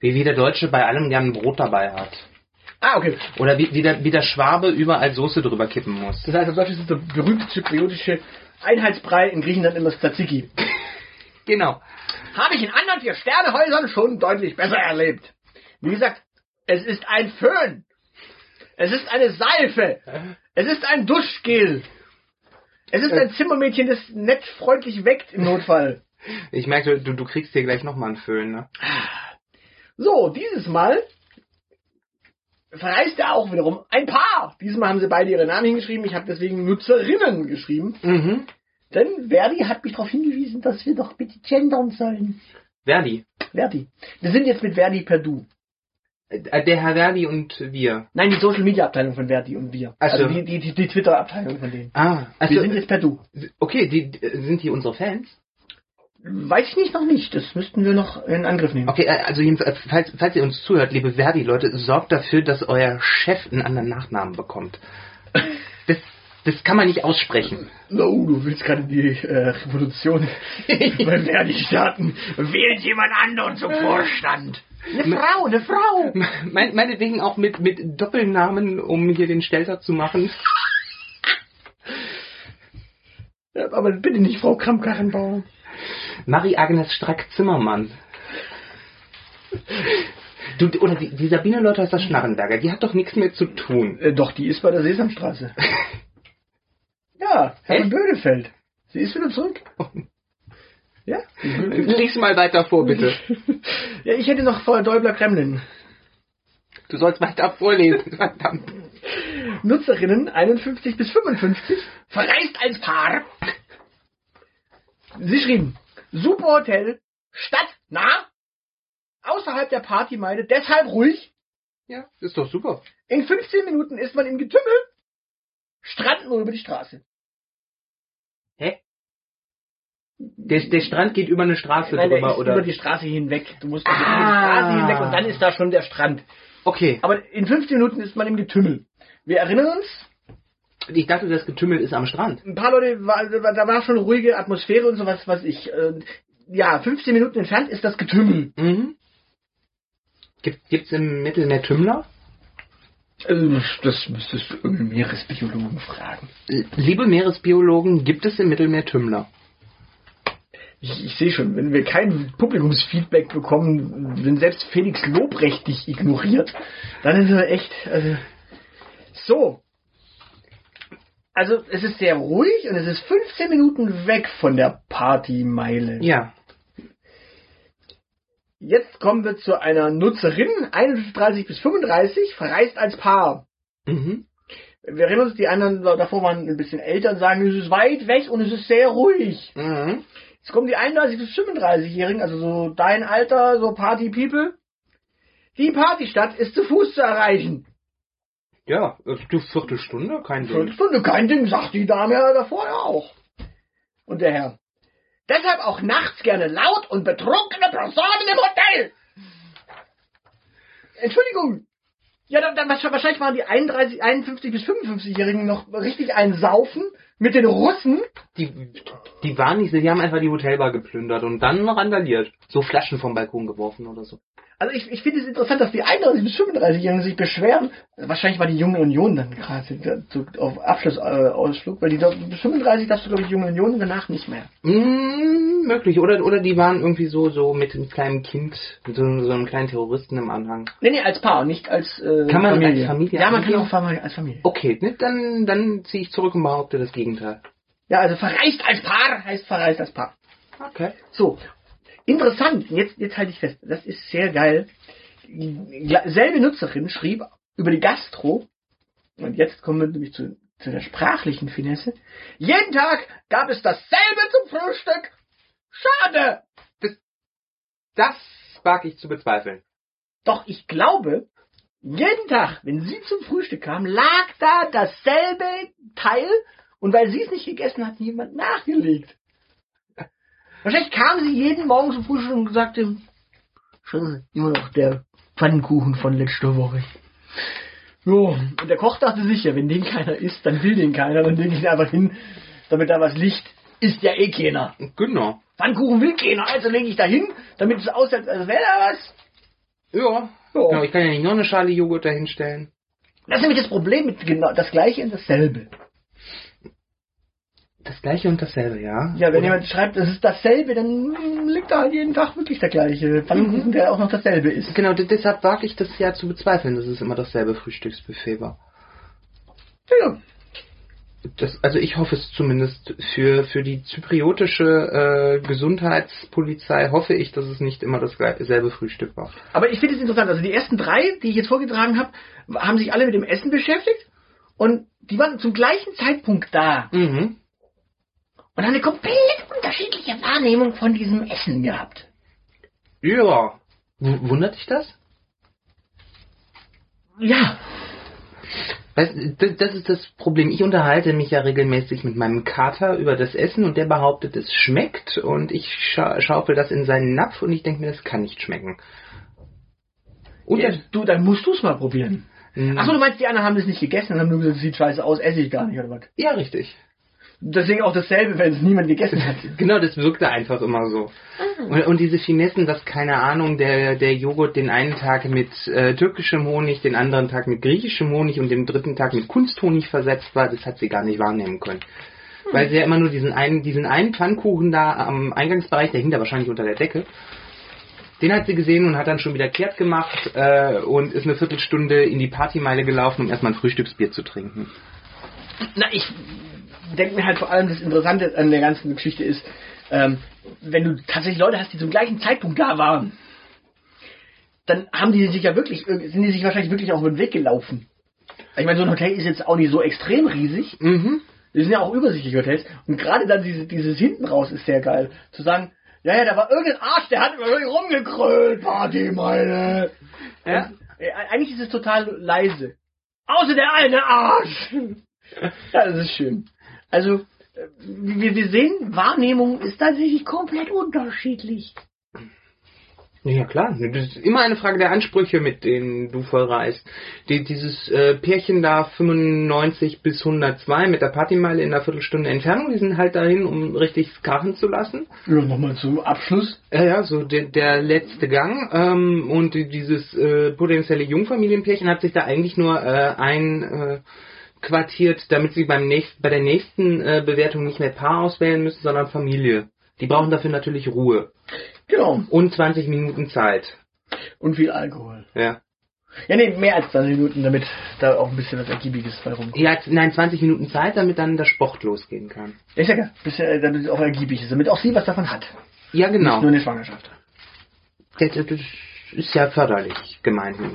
S2: wie, wie der Deutsche bei allem gern Brot dabei hat.
S1: Ah, okay.
S2: Oder wie, wie, der, wie der Schwabe überall Soße drüber kippen muss.
S1: Das heißt, auf Deutsch ist es der berühmte zypriotische Einheitsbrei, in Griechenland immer das Tzatziki.
S2: Genau.
S1: Habe ich in anderen Vier-Sterne-Häusern schon deutlich besser erlebt. Wie gesagt, es ist ein Föhn. Es ist eine Seife. Es ist ein Duschgel. Es ist ein Zimmermädchen, das nett freundlich weckt im Notfall.
S2: Ich merke, du, du kriegst hier gleich nochmal einen Föhn, ne?
S1: So, dieses Mal verreist er auch wiederum ein Paar. Diesmal haben sie beide ihre Namen hingeschrieben. Ich habe deswegen Nutzerinnen geschrieben.
S2: Mhm.
S1: Denn Verdi hat mich darauf hingewiesen, dass wir doch bitte gendern sollen.
S2: Verdi.
S1: Verdi. Wir sind jetzt mit Verdi per Du.
S2: Äh, Der Herr Verdi und wir.
S1: Nein, die Social Media Abteilung von Verdi und wir.
S2: Ach so.
S1: Also die, die, die, die Twitter Abteilung von denen.
S2: Ah,
S1: wir
S2: also,
S1: sind jetzt per Du.
S2: okay, die, die- sind die unsere Fans?
S1: Weiß ich nicht, noch nicht. Das müssten wir noch in Angriff nehmen.
S2: Okay, äh, also jedenfalls, falls, falls ihr uns zuhört, liebe Verdi-Leute, sorgt dafür, dass euer Chef einen anderen Nachnamen bekommt. Das, das kann man nicht aussprechen.
S1: No, du willst gerade die äh, Revolution bei Verdi starten. Wählt jemand anderen zum Vorstand. Äh. Eine Frau, eine Frau.
S2: Mein, meinetwegen auch mit, mit Doppelnamen, um hier den Stelter zu machen.
S1: Ja, Aber bitte nicht Frau Kramp-Karrenbauer.
S2: Marie-Agnes Strack-Zimmermann. Du, oder die, die Sabine Leute aus der Schnarrenberger, die hat doch nichts mehr zu tun.
S1: Äh, doch, die ist bei der Sesamstraße. ja,
S2: Echt?
S1: Hermann Bödefeld. Sie ist wieder zurück. Ja?
S2: Lies mal weiter vor, bitte.
S1: ja, ich hätte noch vor Däubler Kremlin.
S2: Du sollst weiter vorlesen, verdammt.
S1: Nutzerinnen 51 bis 55 verreist als Paar. Sie schrieben, super Hotel, Stadt nah, außerhalb der Party meide, deshalb ruhig.
S2: Ja, ist doch super.
S1: In 15 Minuten ist man im Getümmel, Strand nur über die Straße.
S2: Hä? Der, der Strand geht über eine Straße
S1: Nein, der
S2: drüber,
S1: ist
S2: oder?
S1: über die Straße hinweg. Du musst über die
S2: Ah.
S1: Straße hinweg und dann ist da schon der Strand.
S2: okay.
S1: Aber in 15 Minuten ist man im Getümmel. Wir erinnern uns,
S2: Ich dachte, das Getümmel ist am Strand.
S1: ein paar Leute, war, war- da war schon ruhige Atmosphäre und sowas, was ich. Äh, ja, 15 Minuten entfernt ist das Getümmel.
S2: Mhm. Gibt, gibt's im Mittelmeer Tümmler?
S1: Ähm, Das müsstest du irgendeinen Meeresbiologen fragen.
S2: L- Liebe Meeresbiologen, gibt es im Mittelmeer Tümmler?
S1: Ich, ich sehe schon, wenn wir kein Publikumsfeedback bekommen, wenn selbst Felix Lobrecht dich ignoriert, dann ist er echt. Also, so. Also es ist sehr ruhig und es ist 15 Minuten weg von der Partymeile.
S2: Ja.
S1: Jetzt kommen wir zu einer Nutzerin, 31 bis 35, verreist als Paar.
S2: Mhm.
S1: Wir erinnern uns, die anderen davor waren ein bisschen älter und sagen, es ist weit weg und es ist sehr ruhig.
S2: Mhm.
S1: Jetzt kommen die 31 bis 35-Jährigen, also so dein Alter, so Party People. Die Partystadt ist zu Fuß zu erreichen.
S2: Ja, äh, du Viertelstunde, kein
S1: Fünf
S2: Ding.
S1: Stunde, kein Ding, sagt die Dame davor ja auch. Und der Herr. Deshalb auch nachts gerne laut und betrunkene Personen im Hotel. Entschuldigung. Ja, dann, dann wahrscheinlich- wahrscheinlich waren die 31, 51 bis 55-Jährigen noch richtig einsaufen mit den Russen.
S2: Die, die waren nicht, die haben einfach die Hotelbar geplündert und dann randaliert. So Flaschen vom Balkon geworfen oder so.
S1: Also ich, ich finde es interessant, dass die 31 bis 35-Jährigen sich beschweren. Wahrscheinlich war die Junge Union dann gerade zu- auf Abschlussausflug, äh, Ausflug, weil die da- bis 35 darfst du, glaube ich, Junge Union danach nicht mehr.
S2: Mhm, möglich. Oder, oder die waren irgendwie so, so mit einem kleinen Kind, mit so, so einem kleinen Terroristen im Anhang.
S1: Nee, nee, als Paar, nicht als äh,
S2: Kann man als
S1: Familie.
S2: Familie
S1: Ja, man kann
S2: angehen?
S1: auch Fam- als Familie.
S2: Okay, ne, dann, dann ziehe ich zurück und behaupte das Gegenteil.
S1: Ja, also verreist als Paar heißt verreist als Paar.
S2: Okay.
S1: So, interessant, jetzt, jetzt halte ich fest, das ist sehr geil. Die gla- selbe Nutzerin schrieb über die Gastro, und jetzt kommen wir nämlich zu, zu der sprachlichen Finesse, jeden Tag gab es dasselbe zum Frühstück. Schade!
S2: Das wage ich zu bezweifeln.
S1: Doch ich glaube, jeden Tag, wenn sie zum Frühstück kam, lag da dasselbe Teil und weil sie es nicht gegessen hat, niemand nachgelegt. Wahrscheinlich kam sie jeden Morgen zum Frühstück und sagte, Scheiße, immer noch der Pfannkuchen von letzter Woche. Jo, und der Koch dachte sich, ja, wenn den keiner isst, dann will den keiner, dann lege ich ihn einfach hin, damit da was liegt. Ist ja eh keiner.
S2: Genau.
S1: Pfannkuchen will keiner, also lege ich da hin, damit es aussieht, als wäre da was.
S2: Ja.
S1: Ja.
S2: Genau, ich kann ja nicht noch eine Schale Joghurt dahinstellen.
S1: Das ist nämlich das Problem mit genau das Gleiche und dasselbe.
S2: Das gleiche und dasselbe, ja?
S1: Ja, wenn
S2: Oder-
S1: jemand schreibt, es ist dasselbe, dann mm, liegt da halt jeden Tag wirklich der gleiche Pfannkuchen, der auch noch dasselbe ist.
S2: Genau, de- deshalb wage ich das ja zu bezweifeln, dass es immer dasselbe Frühstücksbuffet war.
S1: Ja,
S2: Das, also ich hoffe es zumindest für, für die zypriotische äh, Gesundheitspolizei hoffe ich, dass es nicht immer das gle- selbe Frühstück war.
S1: aber ich finde es interessant. Also die ersten drei, die ich jetzt vorgetragen habe, haben sich alle mit dem Essen beschäftigt und die waren zum gleichen Zeitpunkt da
S2: Mhm.
S1: und haben eine komplett unterschiedliche Wahrnehmung von diesem Essen gehabt.
S2: Ja. W wundert dich das?
S1: Ja.
S2: Weißt, das, das ist das Problem. Ich unterhalte mich ja regelmäßig mit meinem Kater über das Essen und der behauptet, es schmeckt und ich scha schaufel das in seinen Napf und ich denke mir, das kann nicht schmecken.
S1: Und ja, du, dann musst du es mal probieren.
S2: Mm.
S1: Achso, du meinst, die anderen haben das nicht gegessen und haben nur gesagt, sieht scheiße aus, esse ich gar nicht, oder was?
S2: Ja, richtig.
S1: Deswegen auch dasselbe, wenn es niemand gegessen hat.
S2: Genau, das wirkte einfach immer so. Und, und diese Finessen, dass, keine Ahnung, der, der Joghurt den einen Tag mit äh, türkischem Honig, den anderen Tag mit griechischem Honig und den dritten Tag mit Kunsthonig versetzt war, das hat sie gar nicht wahrnehmen können. Weil sie ja immer nur diesen einen, diesen einen Pfannkuchen da am Eingangsbereich, der hing da wahrscheinlich unter der Decke, den hat sie gesehen und hat dann schon wieder kehrt gemacht äh, und ist eine Viertelstunde in die Partymeile gelaufen, um erstmal ein Frühstücksbier zu trinken.
S1: Na, ich denke mir halt vor allem, das Interessante an der ganzen Geschichte ist, ähm, wenn du tatsächlich Leute hast, die zum gleichen Zeitpunkt da waren, dann haben die sich ja wirklich, sind die sich wahrscheinlich wirklich auch über den Weg gelaufen. Ich meine, so ein Hotel ist jetzt auch nicht so extrem riesig.
S2: Mhm.
S1: Das sind ja auch übersichtliche Hotels. Und gerade dann diese, dieses hinten raus ist sehr geil. Zu sagen, ja, ja, da war irgendein Arsch, der hat immer irgendwie rumgekrölt, Party, meine.
S2: Ja.
S1: Äh, Eigentlich ist es total leise. Außer der eine Arsch. ja, das ist schön. Also, äh, wir, wir sehen, Wahrnehmung ist tatsächlich komplett unterschiedlich.
S2: Ja klar, das ist immer eine Frage der Ansprüche, mit denen du verreist. Die, dieses äh, Pärchen da 95 bis 102 mit der Partymeile in einer Viertelstunde Entfernung, die sind halt dahin, um richtig krachen zu lassen.
S1: Ja, nochmal zum Abschluss.
S2: Ja, ja, so der, der letzte Gang. Ähm, und die- dieses äh, potenzielle Jungfamilienpärchen hat sich da eigentlich nur äh, ein... Äh, quartiert, damit sie beim nächsten, bei der nächsten äh, Bewertung nicht mehr Paar auswählen müssen, sondern Familie. Die brauchen dafür natürlich Ruhe
S1: Genau.
S2: und 20 Minuten Zeit.
S1: Und viel Alkohol.
S2: Ja.
S1: Ja, nee, mehr als 20 Minuten, damit da auch ein bisschen was Ergiebiges bei rumkommt.
S2: Ja, nein, 20 Minuten Zeit, damit dann der Sport losgehen kann.
S1: Ja, Ich sag ja, bis, äh, damit es auch ergiebig ist, damit auch sie was davon hat.
S2: Ja, genau.
S1: Nur eine Schwangerschaft.
S2: Das, das ist ja förderlich, gemeinhin.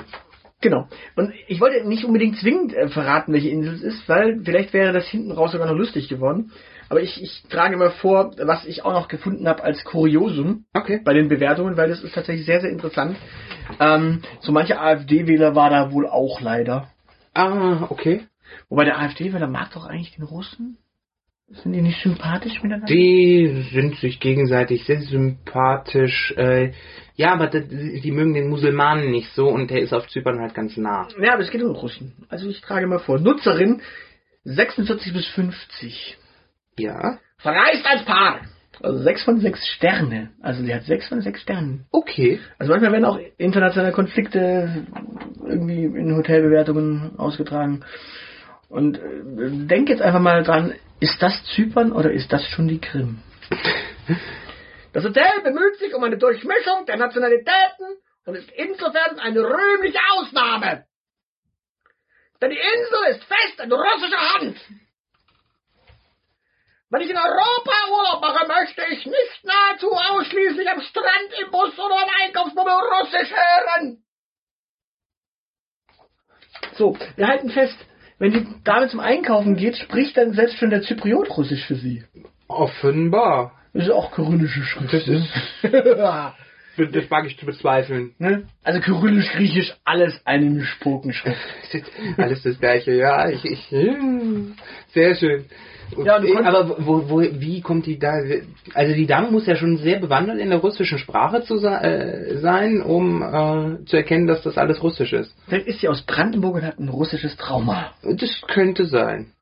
S1: Genau. Und ich wollte nicht unbedingt zwingend äh, verraten, welche Insel es ist, weil vielleicht wäre das hinten raus sogar noch lustig geworden. Aber ich, ich trage mal vor, was ich auch noch gefunden habe als Kuriosum
S2: Okay.
S1: bei den Bewertungen, weil das ist tatsächlich sehr, sehr interessant. Ähm, so mancher AfD-Wähler war da wohl auch leider.
S2: Ah, okay.
S1: Wobei der AfD-Wähler mag doch eigentlich den Russen. Sind die nicht sympathisch miteinander?
S2: Die sind sich gegenseitig sehr sympathisch. Äh, ja, aber das, die mögen den Musulmanen nicht so und der ist auf Zypern halt ganz nah.
S1: Ja, aber es geht um Russen. Also ich trage mal vor. Nutzerin 46 bis 50.
S2: Ja.
S1: Verreist als Paar. Also 6 von 6 Sterne. Also sie hat 6 von 6 Sternen.
S2: Okay.
S1: Also manchmal werden auch internationale Konflikte irgendwie in Hotelbewertungen ausgetragen. Und äh, denk jetzt einfach mal dran, ist das Zypern oder ist das schon die Krim? Das Hotel bemüht sich um eine Durchmischung der Nationalitäten und ist insofern eine rühmliche Ausnahme. Denn die Insel ist fest in russischer Hand. Wenn ich in Europa Urlaub mache, möchte ich nicht nahezu ausschließlich am Strand, im Bus oder am Einkaufsmobil Russisch hören. So, wir halten fest, wenn die Dame zum Einkaufen geht, spricht dann selbst schon der Zypriot Russisch für sie.
S2: Offenbar.
S1: Das ist auch kyrillische Schrift.
S2: Das
S1: ne?
S2: Das das mag ich zu bezweifeln.
S1: ne? Also kyrillisch, griechisch, alles eine Spokenschrift.
S2: Alles das gleiche, ja. Ich, ich, sehr schön.
S1: Ja, und du konntest-
S2: aber wo, wo, wie kommt die da? Also die Dame muss ja schon sehr bewandert in der russischen Sprache zu se äh, sein, um äh, zu erkennen, dass das alles russisch ist.
S1: Vielleicht ist sie aus Brandenburg und hat ein russisches Trauma.
S2: Das könnte sein.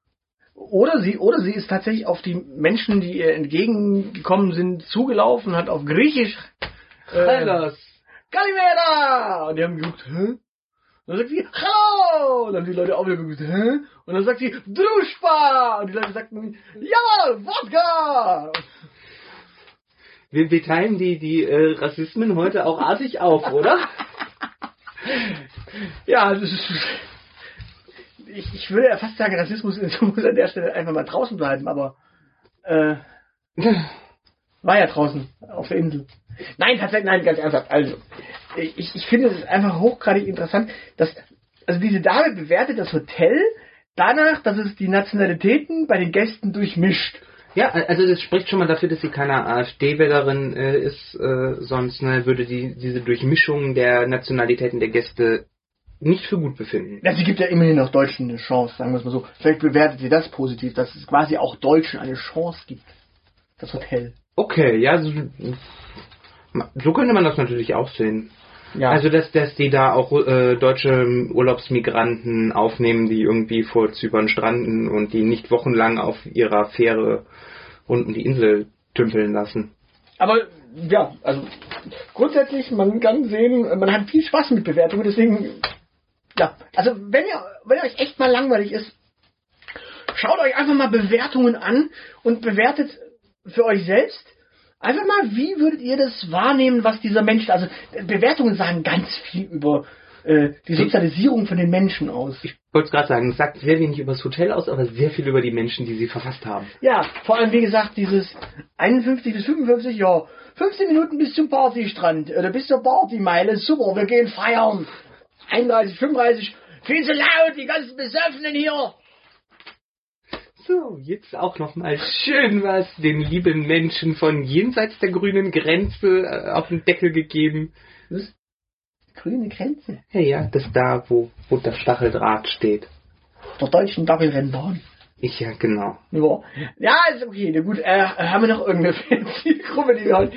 S1: Oder sie, oder sie ist tatsächlich auf die Menschen, die ihr entgegengekommen sind, zugelaufen, hat auf Griechisch äh,
S2: Hellas.
S1: Kalimera! Und die haben geguckt, hä? Und dann sagt sie, hallo! Und dann haben die Leute auch wieder geguckt, hä? Und dann sagt sie, Druschpa! Und die Leute sagten, jawohl, Wodka!
S2: Wir, wir teilen die, die äh, Rassismen heute auch artig auf, oder?
S1: Ja, das ist. Ich, ich würde ja fast sagen, Rassismus ist- muss an der Stelle einfach mal draußen bleiben, aber äh, war ja draußen, auf der Insel. Nein, tatsächlich, nein, ganz ernsthaft. Also, ich, ich finde es ist einfach hochgradig interessant, dass, also diese Dame bewertet das Hotel danach, dass es die Nationalitäten bei den Gästen durchmischt.
S2: Ja, also das spricht schon mal dafür, dass sie keine AfD-Wählerin äh, ist, äh, sonst ne, würde die diese Durchmischung der Nationalitäten der Gäste nicht für gut befinden.
S1: Ja, sie gibt ja immerhin auch Deutschen eine Chance, sagen wir es mal so. Vielleicht bewertet sie das positiv, dass es quasi auch Deutschen eine Chance gibt. Das Hotel.
S2: Okay, ja, so, so könnte man das natürlich auch sehen.
S1: Ja.
S2: Also, dass, dass die da auch äh, deutsche Urlaubsmigranten aufnehmen, die irgendwie vor Zypern stranden und die nicht wochenlang auf ihrer Fähre rund um die Insel tümpeln lassen.
S1: Aber ja, also grundsätzlich, man kann sehen, man hat viel Spaß mit Bewertungen, deswegen, ja, also wenn ihr, wenn euch echt mal langweilig ist, schaut euch einfach mal Bewertungen an und bewertet für euch selbst einfach mal, wie würdet ihr das wahrnehmen, was dieser Mensch, also äh, Bewertungen sagen ganz viel über äh, die Sozialisierung von den Menschen aus.
S2: Ich wollte es gerade sagen, es sagt sehr wenig über das Hotel aus, aber sehr viel über die Menschen, die sie verfasst haben.
S1: Ja, vor allem wie gesagt, dieses 51 bis 55, ja, 15 Minuten bis zum Partystrand oder bis zur Partymeile, super, wir gehen feiern. 31, 35, viel zu laut, die ganzen Besoffenen hier.
S2: So, jetzt auch nochmal schön was den lieben Menschen von jenseits der grünen Grenze äh, auf den Deckel gegeben.
S1: Grüne Grenze
S2: Hey, ja, das da, wo, wo der Stacheldraht steht.
S1: der deutschen Doppelrennbahn.
S2: Ich ja, genau.
S1: Ja, ja ist okay, na gut, äh, haben wir noch irgendeine Zielgruppe, die wir haben?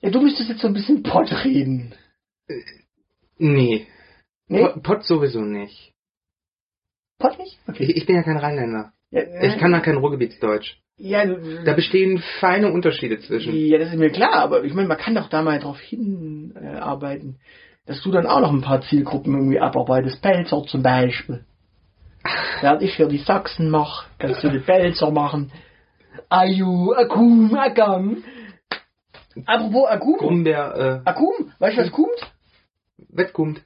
S1: Ja, du müsstest jetzt so ein bisschen Pott reden.
S2: Nee,
S1: Nee,
S2: Po- Pott sowieso nicht.
S1: Pott nicht? Okay.
S2: Ich, ich bin ja kein Rheinländer.
S1: Ja,
S2: Ich kann da kein Ruhrgebietsdeutsch.
S1: ja,
S2: Da bestehen feine Unterschiede zwischen.
S1: Ja, das ist mir klar, aber ich meine, man kann doch da mal drauf hinarbeiten, äh, arbeiten, dass du dann auch noch ein paar Zielgruppen irgendwie abarbeitest. Pelzer zum Beispiel. Während ich für die Sachsen mache, kannst du die Pelzer machen. Aju, Akum, Akam. Apropos Akum.
S2: Um der, äh,
S1: Akum, weißt du, was kommt?
S2: Wettkummt.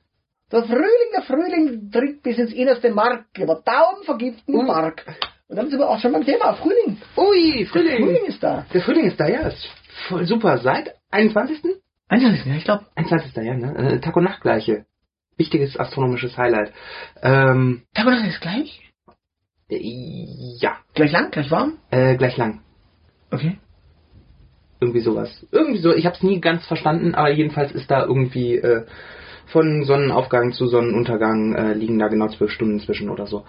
S1: Der Frühling, der Frühling dringt bis ins innerste Mark. Über Daumen vergiften den
S2: Ui.
S1: Mark. Und dann sind wir auch schon beim Thema Frühling.
S2: Ui,
S1: Frühling ist da.
S2: Der Frühling ist da, ja. Ist voll super. Seit 21.
S1: Eigentlich, ja, ich glaube.
S2: 21. Ja, ne? Äh, Tag und Nacht gleiche. Wichtiges astronomisches Highlight. Ähm,
S1: Tag und Nacht ist gleich.
S2: äh, ja,
S1: Gleich lang, gleich warm.
S2: äh, gleich lang.
S1: Okay.
S2: Irgendwie sowas. Irgendwie so. Ich habe es nie ganz verstanden, aber jedenfalls ist da irgendwie äh, von Sonnenaufgang zu Sonnenuntergang äh, liegen da genau zwölf Stunden zwischen oder so.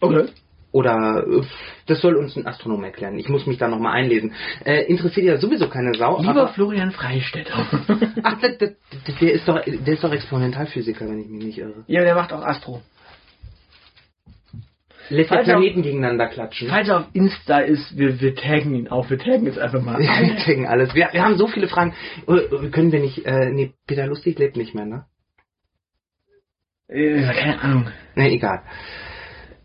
S1: Okay.
S2: Oder äh, das soll uns ein Astronom erklären. Ich muss mich da nochmal einlesen. Äh, interessiert ja sowieso keine Sau.
S1: Lieber
S2: aber,
S1: Florian Freistetter.
S2: ach, der, der, der ist doch, der ist doch Experimentalphysiker, wenn ich mich nicht irre.
S1: ja, der macht auch Astro.
S2: Lässt ja
S1: Falls er-
S2: Planeten gegeneinander klatschen.
S1: Falls er auf Insta ist, wir, wir taggen ihn auch. Wir taggen jetzt einfach mal.
S2: Wir
S1: alle.
S2: kriegen alles. Wir, wir haben so viele Fragen. Äh, Können wir nicht, äh, nee, Peter Lustig lebt nicht mehr, ne?
S1: äh, keine Ahnung.
S2: Ne, egal.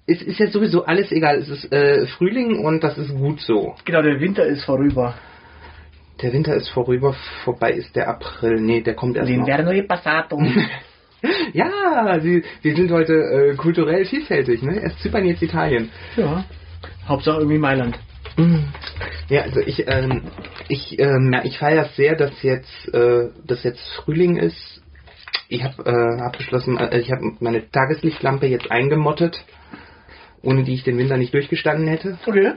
S2: Es ist ja sowieso alles egal. Es ist äh, Frühling und das ist gut so.
S1: Genau, der Winter ist vorüber.
S2: Der Winter ist vorüber, vorbei ist der April. Nee, der kommt erst
S1: Den
S2: noch.
S1: Verno e passato.
S2: Ja, sie, wir sind heute äh, kulturell vielfältig, ne? Erst Zypern, jetzt Italien.
S1: ja. Hauptsache irgendwie Mailand.
S2: Mm. Ja, also ich, ähm, ich, ähm, ja, ich feiere es sehr, dass jetzt, äh, dass jetzt Frühling ist. Ich habe äh, hab beschlossen, äh, ich habe meine Tageslichtlampe jetzt eingemottet, ohne die ich den Winter nicht durchgestanden hätte,
S1: Okay.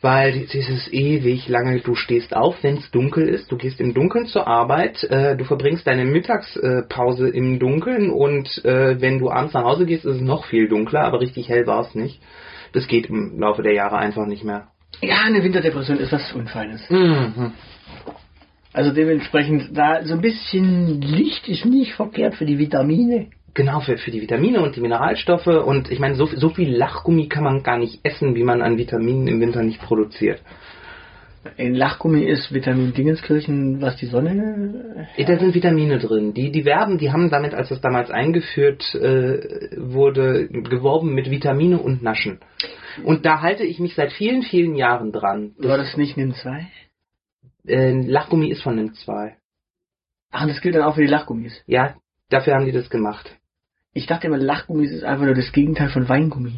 S2: weil dieses ewig lange, du stehst auf, wenn es dunkel ist, du gehst im Dunkeln zur Arbeit, äh, du verbringst deine Mittagspause im Dunkeln und äh, wenn du abends nach Hause gehst, ist es noch viel dunkler, aber richtig hell war es nicht. Das geht im Laufe der Jahre einfach nicht mehr.
S1: Ja, eine Winterdepression ist was Unfeines.
S2: Mhm.
S1: Also dementsprechend, da so ein bisschen Licht ist nicht verkehrt für die Vitamine.
S2: Genau, für, für die Vitamine und die Mineralstoffe. Und ich meine, so, so viel Lachgummi kann man gar nicht essen, wie man an Vitaminen im Winter nicht produziert.
S1: Ein Lachgummi ist Vitamin Dingenskirchen, was die Sonne äh,
S2: Äh, Da sind Vitamine drin. Die, die werben, die haben damit, als das damals eingeführt äh, wurde, geworben mit Vitamine und Naschen. Und da halte ich mich seit vielen, vielen Jahren dran.
S1: War das nicht in 2?
S2: Äh, Lachgummi ist von dem 2.
S1: Ach, und das gilt dann auch für die Lachgummis.
S2: Ja, dafür haben die das gemacht.
S1: Ich dachte immer, Lachgummis ist einfach nur das Gegenteil von Weingummi.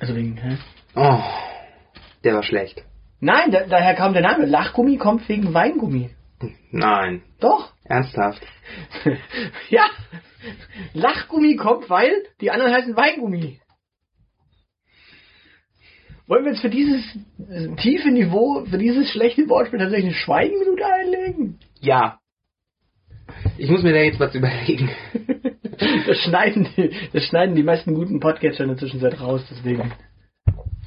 S1: Also wegen, hä?
S2: Oh, der war schlecht.
S1: Nein, da, daher kam der Name. Lachgummi kommt wegen Weingummi.
S2: Nein,
S1: Doch.
S2: ernsthaft.
S1: ja. Lachgummi kommt, weil die anderen heißen Weingummi. Wollen wir jetzt für dieses äh, tiefe Niveau, für dieses schlechte Wortspiel tatsächlich eine Schweigeminute einlegen?
S2: Ja. Ich muss mir da jetzt was überlegen.
S1: Das schneiden die, das schneiden die meisten guten Podcaster in der Zwischenzeit raus, deswegen.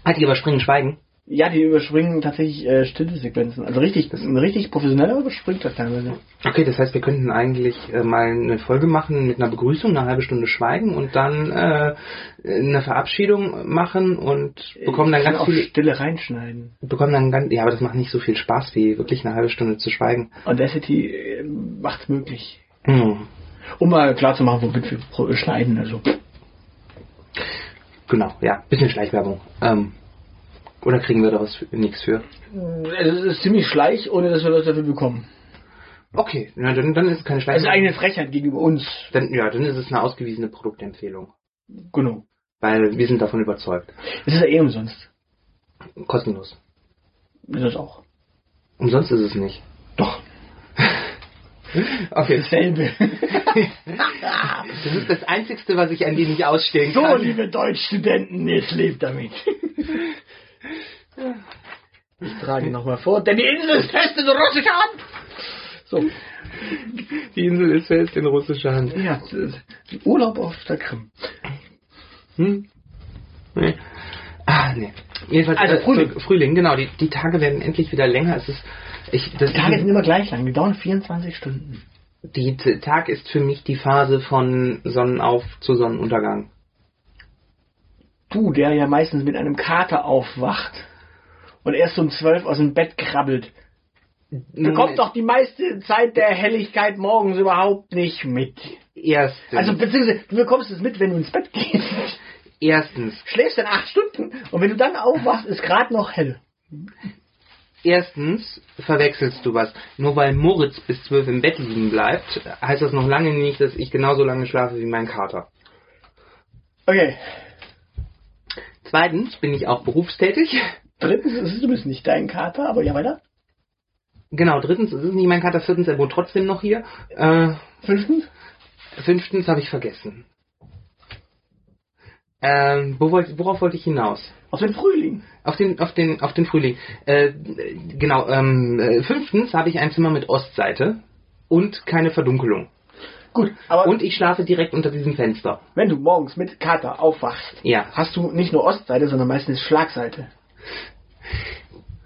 S2: Halt, die überspringen Schweigen.
S1: Ja, die überspringen tatsächlich äh, stille Sequenzen. Also richtig, das ist ein richtig professioneller überspringt das teilweise.
S2: Okay, das heißt, wir könnten eigentlich äh, mal eine Folge machen mit einer Begrüßung, eine halbe Stunde Schweigen und dann äh, eine Verabschiedung machen und bekommen dann
S1: Ich kann
S2: ganz
S1: auch
S2: viel,
S1: Äh, Stille reinschneiden.
S2: bekommen dann ganz, ja, aber das macht nicht so viel Spaß wie wirklich eine halbe Stunde zu schweigen.
S1: Audacity äh, macht's möglich.
S2: Hm,
S1: Um mal klar zu machen, womit wir pro- schneiden. Also
S2: genau, ja, bisschen Schleichwerbung. Ähm, oder kriegen wir da was für, nichts für?
S1: Äh, es ist ziemlich schleich, ohne dass wir was dafür bekommen.
S2: Okay, na, dann, dann ist es keine
S1: Es ist
S2: Schleichwerbung.
S1: eine Frechheit gegenüber uns.
S2: Dann, ja, dann ist es eine ausgewiesene Produktempfehlung.
S1: Genau.
S2: Weil wir sind davon überzeugt.
S1: Es ist ja eh umsonst.
S2: Kostenlos.
S1: Ist das auch.
S2: Umsonst ist es nicht.
S1: Doch.
S2: Okay.
S1: Dasselbe.
S2: Das ist das Einzigste, was ich an dir nicht ausstehen
S1: so,
S2: kann.
S1: liebe Deutschstudenten, jetzt lebt damit. Ich trage nochmal vor, denn die Insel ist fest in russischer Hand. So,
S2: Die Insel ist fest in russischer Hand.
S1: ja, das ist Urlaub auf der Krim.
S2: Hm? Nee. Ah, nee. Jedenfalls,
S1: Also,
S2: äh,
S1: Frühling.
S2: zurück- Frühling, genau. Die, die Tage werden endlich wieder länger. Es ist, ich, das
S1: Die Tage sind immer gleich lang, die dauern 24 Stunden.
S2: die T- Tag ist für mich die Phase von Sonnenauf zu Sonnenuntergang.
S1: Du, der ja meistens mit einem Kater aufwacht und erst um 12 aus dem Bett krabbelt, bekommt doch die meiste Zeit der Helligkeit morgens überhaupt nicht mit.
S2: Erstens.
S1: Also beziehungsweise du bekommst es mit, wenn du ins Bett gehst.
S2: erstens.
S1: Schläfst dann acht Stunden und wenn du dann aufwachst, ist gerade noch hell.
S2: Erstens verwechselst du was. Nur weil Moritz bis zwölf im Bett liegen bleibt, heißt das noch lange nicht, dass ich genauso lange schlafe wie mein Kater.
S1: Okay.
S2: Zweitens bin ich auch berufstätig.
S1: Drittens es ist zumindest nicht dein Kater, aber ja weiter.
S2: Genau, drittens, es ist nicht mein Kater, viertens, er wohnt trotzdem noch hier. Äh,
S1: Fünftens,
S2: fünftens habe ich vergessen. Ähm, wo wollt, worauf wollte ich hinaus?
S1: auf den Frühling.
S2: Auf den, auf den, auf den Frühling. Äh, genau, ähm, äh, fünftens habe ich ein Zimmer mit Ostseite und keine Verdunkelung.
S1: Gut, aber
S2: Und ich schlafe direkt unter diesem Fenster.
S1: wenn du morgens mit Kater aufwachst,
S2: Ja.
S1: hast du nicht nur Ostseite, sondern meistens Schlagseite.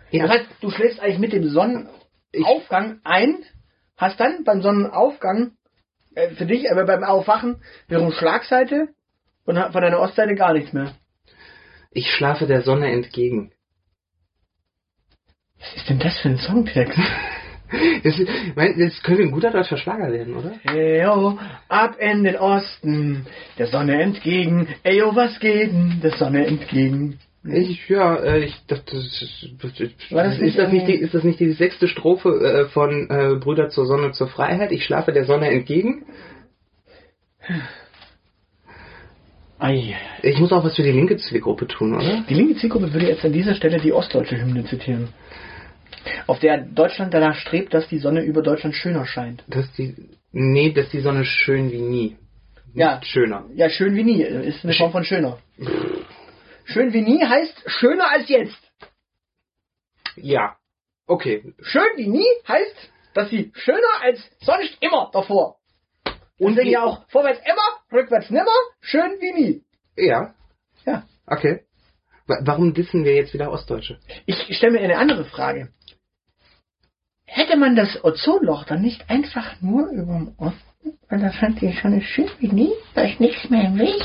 S2: ja.
S1: Das heißt, du schläfst eigentlich mit dem Sonnenaufgang ein, hast dann beim Sonnenaufgang äh, für dich, aber beim Aufwachen wiederum Schlagseite und ha- von deiner Ostseite gar nichts mehr.
S2: Ich schlafe der Sonne entgegen.
S1: Was ist denn das für ein Songtext?
S2: Das, ist- mein, das könnte ein guter deutscher Schlager werden, oder?
S1: Eyo, ab in den Osten, der Sonne entgegen. Eyo, was geht denn der Sonne entgegen?
S2: Ich, ja, äh, ich dachte, das ist, das ist,
S1: War das nicht
S2: ist, das nicht die,
S1: irgendwie-
S2: ist das nicht die sechste Strophe äh, von äh, Brüder zur Sonne, zur Freiheit? Ich schlafe der Sonne entgegen.
S1: Ei.
S2: Ich muss auch was für die linke Zielgruppe tun, oder?
S1: Die linke Zielgruppe würde jetzt an dieser Stelle die ostdeutsche Hymne zitieren. Auf der Deutschland danach strebt, dass die Sonne über Deutschland schöner scheint.
S2: Dass die, nee, dass die Sonne schön wie nie. Nicht
S1: Ja.
S2: Schöner.
S1: Ja, schön wie nie äh, ist eine Form von schöner. Schön wie nie heißt schöner als jetzt.
S2: Ja. Okay.
S1: Schön wie nie heißt, dass sie schöner als sonst immer davor. Und
S2: die-
S1: deswegen ja auch vorwärts immer, rückwärts nimmer, schön wie nie.
S2: Ja.
S1: Ja.
S2: Okay. Wa- Warum dissen wir jetzt wieder Ostdeutsche?
S1: Ich stelle mir eine andere Frage. Hätte man das Ozonloch dann nicht einfach nur überm Osten? Weil da fand die Sonne schön wie nie, da ist nichts mehr im Weg.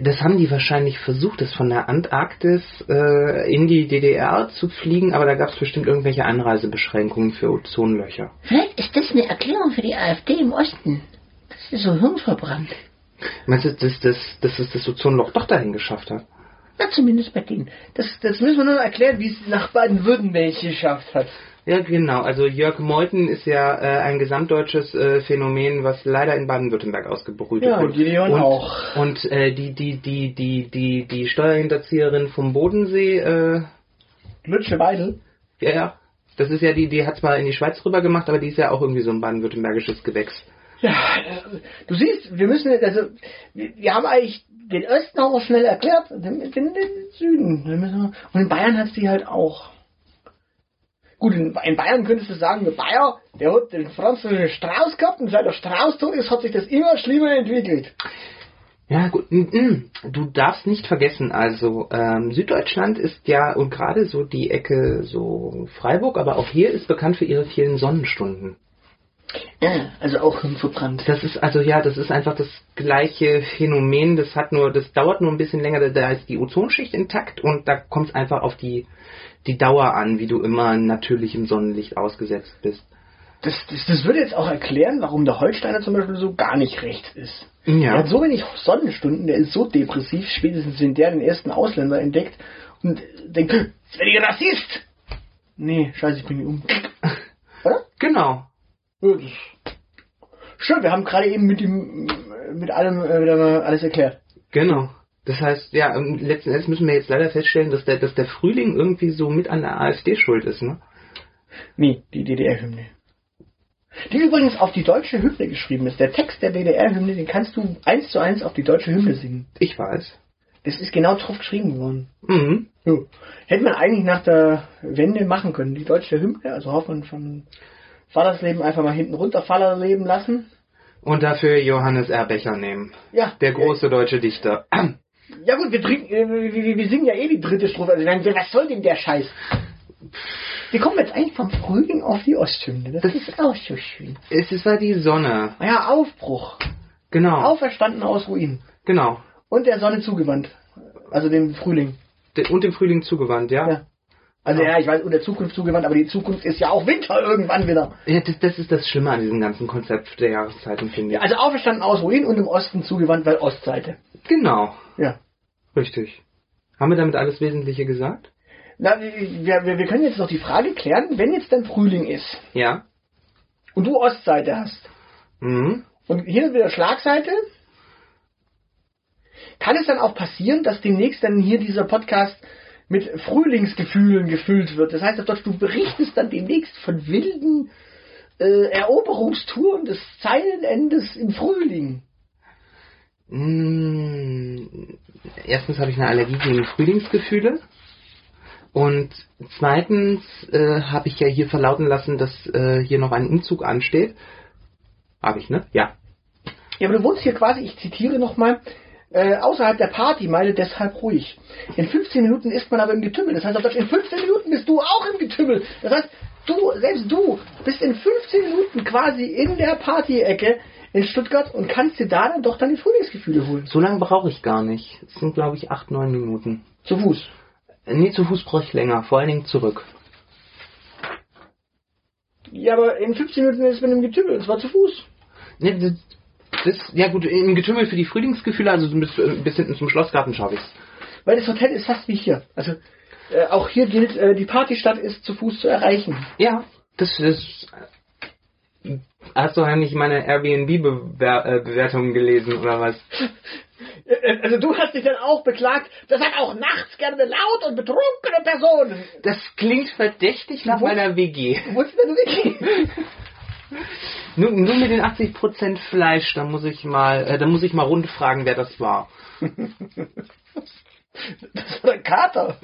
S2: Das haben die wahrscheinlich versucht, das von der Antarktis äh, in die DDR zu fliegen, aber da gab es bestimmt irgendwelche Einreisebeschränkungen für Ozonlöcher.
S3: Vielleicht ist das eine Erklärung für die AfD im Osten. Das ist so hirnverbrannt.
S2: Meinst du, dass, dass, dass es das Ozonloch doch dahin geschafft hat?
S1: Na, zumindest bei denen. Das, das müssen wir nur noch erklären, wie es nach Baden-Württemberg geschafft hat.
S2: Ja, genau. Also Jörg Meuthen ist ja äh, ein gesamtdeutsches äh, Phänomen, was leider in Baden-Württemberg ausgebrütet
S1: Ja,
S2: wurde.
S1: Gideon
S2: und,
S1: auch.
S2: Und äh, die, die, die, die, die, die Steuerhinterzieherin vom Bodensee, äh,
S1: Lütsche Weidel.
S2: ja, ja, das ist ja die, die hat's mal in die Schweiz rüber gemacht, aber die ist ja auch irgendwie so ein baden-württembergisches Gewächs.
S1: Ja, äh, du siehst, wir müssen, also, wir, wir haben eigentlich den Osten auch schnell erklärt, den, den, den Süden. Dann müssen wir- Und in Bayern hat sie halt auch. Gut, in, in Bayern könntest du sagen, der Bayer, der hat den französischen Strauß gehabt und seit der Strauß tot ist, hat sich das immer schlimmer entwickelt.
S2: Ja, gut. mm, mm. Du darfst nicht vergessen, also ähm, Süddeutschland ist ja und gerade so die Ecke so Freiburg, aber auch hier ist bekannt für ihre vielen Sonnenstunden.
S3: Ja.
S1: Also auch hirnverbrannt.
S2: Das ist also ja, das ist einfach das gleiche Phänomen. Das hat nur, das dauert nur ein bisschen länger. Da- Da ist die Ozonschicht intakt und da kommt es einfach auf die die Dauer an, wie du immer natürlich im Sonnenlicht ausgesetzt bist.
S1: Das, das, das würde jetzt auch erklären, warum der Holsteiner zum Beispiel so gar nicht rechts ist.
S2: Ja.
S1: Er hat so wenig Sonnenstunden, der ist so depressiv, spätestens wenn der den ersten Ausländer entdeckt und denkt, "Hm, jetzt bin ich ein Rassist. Nee, scheiße, ich bringe ihn um. Oder?
S2: Genau.
S1: Ja, das Schön, wir haben gerade eben mit ihm, mit allem, äh, wieder mal alles erklärt.
S2: Genau. Das heißt, ja, ähm, letzten Endes müssen wir jetzt leider feststellen, dass der, dass der Frühling irgendwie so mit an der AfD schuld ist, ne?
S1: Nee, die DDR-Hymne. Die übrigens auf die deutsche Hymne geschrieben ist. Der Text der DDR-Hymne, den kannst du eins zu eins auf die deutsche Hymne singen.
S2: Ich weiß.
S1: Das ist genau drauf geschrieben worden.
S2: Mhm.
S1: Jo. Hätte man eigentlich nach der Wende machen können. Die deutsche Hymne, also Hoffmann von Fallersleben einfach mal hinten runter Fallersleben lassen.
S2: Und dafür Johannes R. Becher nehmen.
S1: Ja.
S2: Der große deutsche Dichter.
S1: Ja gut, wir, trinken, äh, wir, wir, wir singen ja eh die dritte Strophe. Also dann, was soll denn der Scheiß? Wir kommen jetzt eigentlich vom Frühling auf die Osthymne. Das,
S2: Das-
S1: ist auch so schön. Ah
S2: Es ist war die Sonne.
S1: Ja, Aufbruch.
S2: Genau.
S1: Auferstanden aus Ruinen.
S2: Genau.
S1: Und der Sonne zugewandt. Also dem Frühling.
S2: De- Und dem Frühling zugewandt, ja?
S1: Ja. Also
S2: Ja.
S1: ja, ich weiß, und der Zukunft zugewandt, aber die Zukunft ist ja auch Winter irgendwann wieder.
S2: Ja, das, das ist das Schlimme an diesem ganzen Konzept der Jahreszeiten, finde ich.
S1: Ja, also auferstanden aus Ruinen und im Osten zugewandt, weil Ostseite.
S2: Genau.
S1: Ja.
S2: Richtig. Haben wir damit alles Wesentliche gesagt?
S1: Na, wir, wir, wir können jetzt noch die Frage klären, wenn jetzt dann Frühling ist
S2: Ja.
S1: und du Ostseite hast
S2: Mhm.
S1: und hier ist wieder Schlagseite, kann es dann auch passieren, dass demnächst dann hier dieser Podcast mit Frühlingsgefühlen gefüllt wird. Das heißt auf Deutsch, du berichtest dann demnächst von wilden äh, Eroberungstouren des Zeilenendes im Frühling.
S2: Mm, Erstens habe ich eine Allergie gegen Frühlingsgefühle. Und zweitens äh, habe ich ja hier verlauten lassen, dass äh, hier noch ein Umzug ansteht. Habe ich, ne? Ja.
S1: Ja, aber du wohnst hier quasi, ich zitiere nochmal, äh, außerhalb der Partymeile, deshalb ruhig. In 15 Minuten ist man aber im Getümmel. Das heißt auf Deutsch, in 15 Minuten bist du auch im Getümmel. Das heißt, du, selbst du, bist in 15 Minuten quasi in der Party-Ecke in Stuttgart und kannst dir da dann doch deine Frühlingsgefühle holen.
S2: So lange brauche ich gar nicht. Es sind, glaube ich, acht, neun Minuten.
S1: Zu Fuß.
S2: Äh, Nee, zu Fuß brauche ich länger. Vor allen Dingen zurück.
S1: Ja, aber in 15 Minuten ist man im Getümmel, und zwar zu Fuß.
S2: Nee, das, das, ja gut, im Getümmel für die Frühlingsgefühle, also so bis, äh, bis hinten zum Schlossgarten schaffe ich's.
S1: Weil das Hotel ist fast wie hier. Also, äh, auch hier gilt, äh, die Partystadt ist zu Fuß zu erreichen.
S2: Ja, das ist... äh, Hast du eigentlich meine Airbnb-Bewertungen gelesen oder was?
S1: Äh, Also du hast dich dann auch beklagt, das hat auch nachts gerne laut und betrunkene Personen.
S2: Das klingt verdächtig nach
S1: Wo-
S2: meiner WG.
S1: Du wurdest dann wirklich.
S2: Nur, nur mit den 80% Fleisch, da muss ich mal, äh, da muss ich mal rund fragen, wer das war.
S1: Das war der Kater.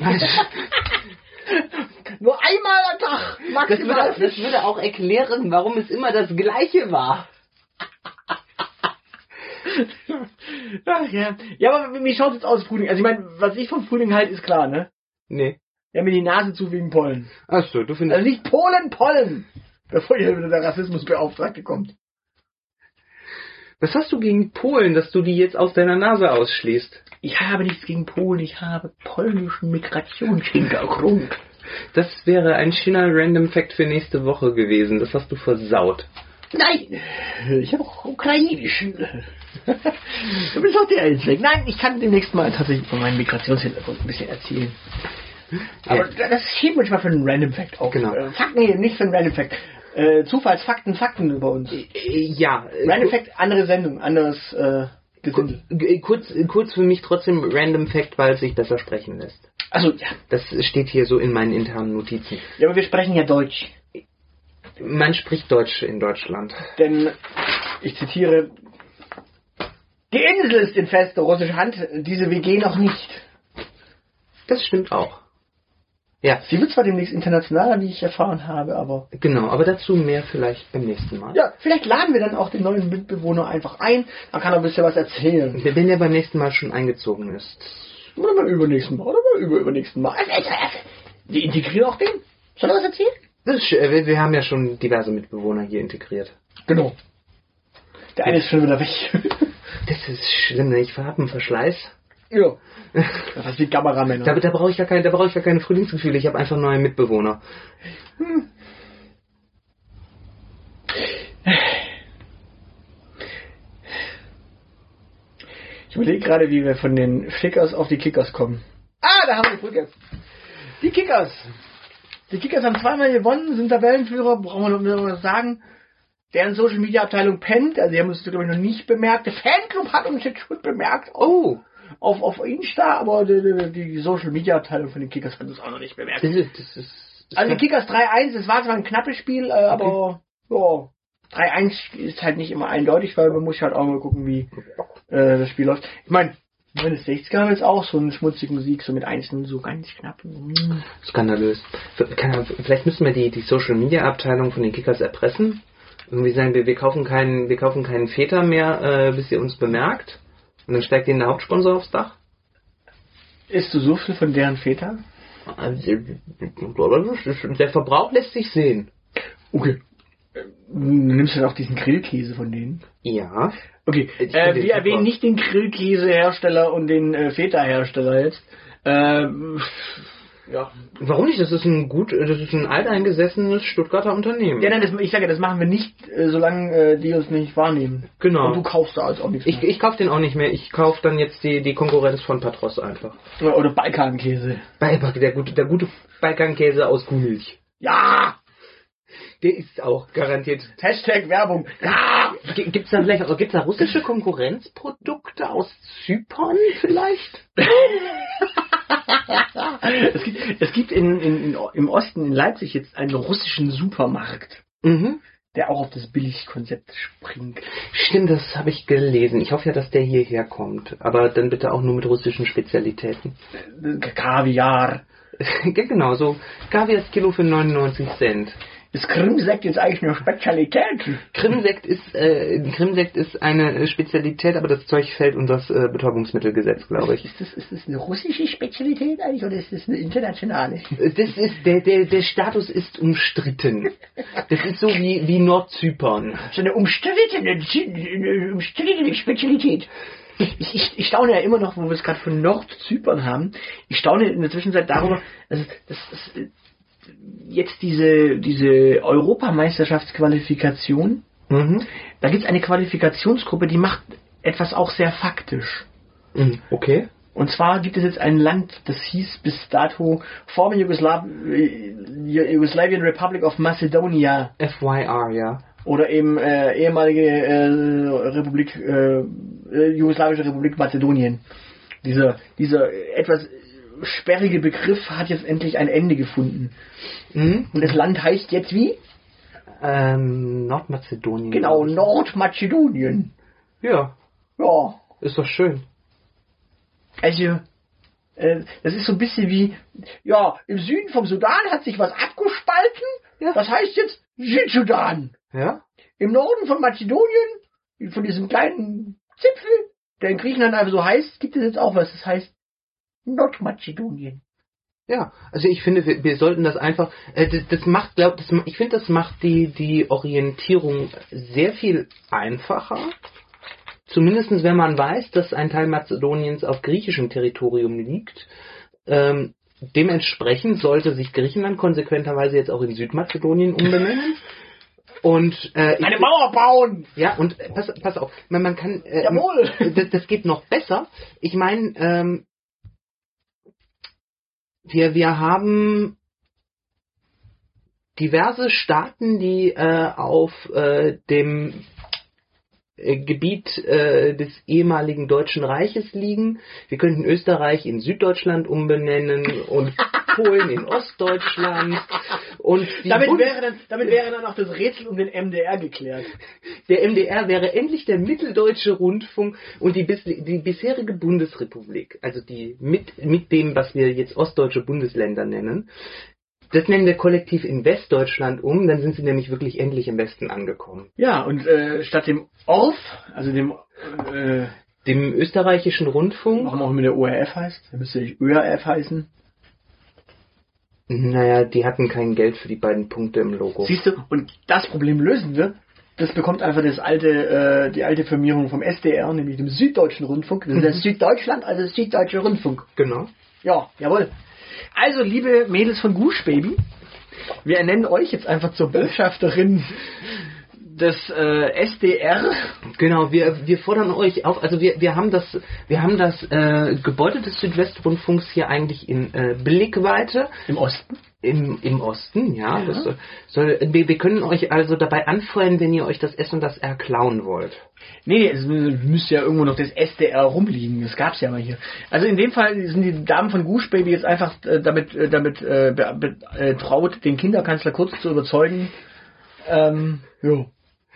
S1: Nur einmal am Tag.
S2: Das würde,
S1: Maximal.
S2: das würde auch erklären, warum es immer das Gleiche war.
S1: Ach ja. Ja, aber wie- wie schaut jetzt aus Frühling? Also ich meine, was ich vom Frühling halt ist klar, ne?
S2: Nee.
S1: Ja, mir die Nase zu wegen Pollen.
S2: Achso, du findest.
S1: Also nicht Polen, Pollen. Bevor hier wieder der Rassismusbeauftragte kommt.
S2: was hast du gegen Polen, dass du die jetzt aus deiner Nase ausschließt?
S1: Ich habe nichts gegen Polen, ich habe polnischen Migrationshintergrund.
S2: Das wäre ein schöner Random Fact für nächste Woche gewesen. Das hast du versaut.
S1: Nein, ich habe auch ukrainisch. Du bist auch der Einzige. Nein, ich kann demnächst mal tatsächlich von meinem Migrationshintergrund ein bisschen erzählen. Aber das schieben wir uns mal für einen Random Fact auf.
S2: Genau.
S1: Äh, Fakten, nee, nicht für einen Random Fact. Äh, Zufallsfakten, Fakten über uns.
S2: Äh, Ja. äh,
S1: Random Fact, andere Sendung, anderes äh,
S2: ku-
S1: Gesindel.
S2: äh, Kurz, äh, kurz für mich trotzdem Random Fact, weil es sich besser sprechen lässt.
S1: Also ja.
S2: Das steht hier so in meinen internen Notizen.
S1: ja, aber wir sprechen ja Deutsch.
S2: Man spricht Deutsch in Deutschland.
S1: Denn, ich zitiere, die Insel ist in fester russischer Hand, diese WG noch nicht.
S2: Das stimmt auch. Ja,
S1: Sie wird zwar demnächst internationaler, wie ich erfahren habe, aber
S2: genau. Aber dazu mehr vielleicht beim nächsten Mal.
S1: ja, vielleicht laden wir dann auch den neuen Mitbewohner einfach ein. Dann kann er ein bisschen was erzählen.
S2: Wenn er beim nächsten Mal schon eingezogen ist.
S1: Oder beim übernächsten Mal, oder beim überübernächsten Mal. Also, also, also, Wir integrieren auch den.
S3: Soll er was erzählen?
S2: Das ist, schön. wir, wir haben ja schon diverse Mitbewohner hier integriert.
S1: Genau. Der eine ist schon wieder weg.
S2: Das ist schlimm, ne? ich habe einen Verschleiß.
S1: ja. Das heißt wie Kameramänner.
S2: Da, da brauche ich ja keine, da brauche ich ja keine Frühlingsgefühle. Ich habe einfach neue Mitbewohner.
S1: Ich überlege gerade, wie wir von den Fickers auf die Kickers kommen. Ah, da haben wir die Brücke. Die Kickers. Die Kickers haben zweimal gewonnen, sind Tabellenführer, brauchen wir noch mehr was sagen. Deren Social Media Abteilung pennt, also die haben uns, glaube ich, noch nicht bemerkt. Der Fanclub hat uns jetzt schon bemerkt.
S2: Oh,
S1: Auf, auf Insta, aber die, die, die Social Media Abteilung von den Kickers hat uns auch noch nicht bemerkt.
S2: das ist, das ist. Das
S1: Also die
S2: kann,
S1: Kickers 3-1, es war zwar ein knappes Spiel, äh, aber ja, 3-1 ist halt nicht immer eindeutig, weil man muss halt auch mal gucken, wie äh, das Spiel läuft. Ich meine, wenn es 60 haben jetzt auch so einen schmutzigen Sieg, so mit 1-0, so ganz knapp. Hm.
S2: skandalös. Kann, vielleicht müssen wir die, die Social Media Abteilung von den Kickers erpressen. Irgendwie sagen wir, wir kaufen keinen, wir kaufen keinen Väter mehr, äh, bis ihr uns bemerkt. Und dann steigt ihnen der Hauptsponsor aufs Dach.
S1: Isst du so viel von deren Väter?
S2: Also, Der Verbrauch lässt sich sehen.
S1: Okay. Ähm, Nimmst du dann auch diesen Grillkäse von denen?
S2: Ja.
S1: Okay,
S2: Ich
S1: äh,
S2: finde den
S1: wir erwähnen
S2: super.
S1: nicht den Grillkäsehersteller und den äh, Feta-Hersteller jetzt. Ähm, ja,
S2: Warum nicht? Das ist ein gut, das ist ein alteingesessenes Stuttgarter Unternehmen.
S1: Ja, nein, das, ich sage, ja, das machen wir nicht, äh, solange äh, die uns nicht wahrnehmen.
S2: Genau.
S1: Und du kaufst da also auch nichts
S2: Ich,
S1: mehr.
S2: ich kaufe den auch nicht mehr. Ich kaufe dann jetzt die, die Konkurrenz von Patros einfach.
S1: Oder, oder Balkankäse.
S2: Balkan, der gute, der gute Balkankäse aus Gulch.
S1: Ja!
S2: Der ist auch garantiert.
S1: Hashtag Werbung. Ja!
S2: G- Gibt's da vielleicht, gibt's da russische Konkurrenzprodukte aus Zypern vielleicht?
S1: Es gibt, es gibt in, in, in, im Osten, in Leipzig, jetzt einen russischen Supermarkt,
S2: Mhm.
S1: der auch auf das Billigkonzept springt.
S2: Stimmt, das habe ich gelesen. Ich hoffe ja, dass der hierher kommt. Aber dann bitte auch nur mit russischen Spezialitäten.
S1: Äh, Kaviar.
S2: ja, genau, so Kaviars Kilo für 99 Cent.
S1: Ist Krimsekt jetzt eigentlich eine Spezialität?
S2: Krimsekt ist, äh, Krimsekt ist eine Spezialität, aber das Zeug fällt unter das äh, Betäubungsmittelgesetz, glaube ich.
S1: Ist das, ist das eine russische Spezialität eigentlich oder ist das eine internationale?
S2: Das ist, der, der, der Status ist umstritten. Das ist so wie, wie Nordzypern.
S1: So eine umstrittene, eine umstrittene Spezialität. Ich, ich, ich staune ja immer noch, wo wir es gerade von Nordzypern haben. Ich staune in der Zwischenzeit darüber, dass, dass, dass äh, jetzt diese, diese Europameisterschaftsqualifikation,
S2: Mhm.
S1: da gibt es eine Qualifikationsgruppe, die macht etwas auch sehr faktisch.
S2: Mhm. Okay.
S1: Und zwar gibt es jetzt ein Land, das hieß bis dato Former Jugoslav äh, Yugoslavian Republic of Macedonia.
S2: FYR, ja.
S1: oder eben äh, ehemalige äh, Republik, äh, äh, jugoslawische Republik Mazedonien. Dieser, dieser etwas sperrige Begriff hat jetzt endlich ein Ende gefunden.
S2: Mhm.
S1: Und das Land heißt jetzt wie?
S2: Ähm, Nordmazedonien.
S1: Genau,
S2: glaub ich.
S1: Nordmazedonien.
S2: Ja,
S1: Ja,
S2: ist doch schön.
S1: also, äh, das ist so ein bisschen wie, ja, im Süden vom Sudan hat sich was abgespalten.
S2: Ja.
S1: Das heißt jetzt Südsudan.
S2: Ja?
S1: im Norden von Mazedonien, von diesem kleinen Zipfel, der in Griechenland einfach so heißt, gibt es jetzt auch was. Das heißt Nordmazedonien.
S2: Ja, also ich finde, wir, wir sollten das einfach, äh, das, das macht, glaub, das, ich finde, das macht die, die Orientierung sehr viel einfacher. Zumindest wenn man weiß, dass ein Teil Mazedoniens auf griechischem Territorium liegt. Ähm, dementsprechend sollte sich Griechenland konsequenterweise jetzt auch in Südmazedonien umbenennen. Und, äh, ich-
S1: Eine Mauer bauen!
S2: ja, und äh, pass, pass auf, man, man kann. Äh,
S1: Jawohl!
S2: das, das geht noch besser. Ich meine, ähm, wir, wir haben diverse Staaten, die äh, auf äh, dem äh, Gebiet äh, des ehemaligen Deutschen Reiches liegen. Wir könnten Österreich in Süddeutschland umbenennen und Polen in Ostdeutschland Und die
S1: Damit
S2: Bundes-
S1: wäre, dann, damit wäre dann auch das Rätsel um den MDR geklärt.
S2: Der MDR wäre endlich der mitteldeutsche Rundfunk und die, bis, die bisherige Bundesrepublik, also die mit, mit dem, was wir jetzt ostdeutsche Bundesländer nennen, das nennen wir kollektiv in Westdeutschland um, dann sind sie nämlich wirklich endlich im Westen angekommen.
S1: Ja, und äh, statt dem ORF, also dem, äh,
S2: Dem österreichischen Rundfunk,
S1: warum auch immer der ORF heißt, der müsste nicht ÖRF heißen.
S2: naja, die hatten kein Geld für die beiden Punkte im Logo.
S1: Siehst du, und das Problem lösen wir. Das bekommt einfach das alte, äh, die alte Firmierung vom SDR, nämlich dem Süddeutschen Rundfunk. Das ist ja Süddeutschland, also Süddeutsche Rundfunk.
S2: genau.
S1: Ja, jawohl. Also, liebe Mädels von Guschbaby, wir ernennen euch jetzt einfach zur Botschafterin des äh, SDR.
S2: Genau, wir, wir fordern euch auf, also wir, wir haben das, wir haben das äh, Gebäude des Südwestrundfunks hier eigentlich in äh, Blickweite.
S1: Im Osten.
S2: Im, Im Osten, ja.
S1: Ja.
S2: Das soll, soll, wir, wir können euch also dabei anfeuern, wenn ihr euch das S und das R klauen wollt.
S1: Nee, es müsste ja irgendwo noch das SDR rumliegen. Das gab's ja mal hier. Also in dem Fall sind die Damen von Guschbaby jetzt einfach äh, damit, äh, damit äh, be- be- äh, traut, den Kinderkanzler kurz zu überzeugen, ähm, jo,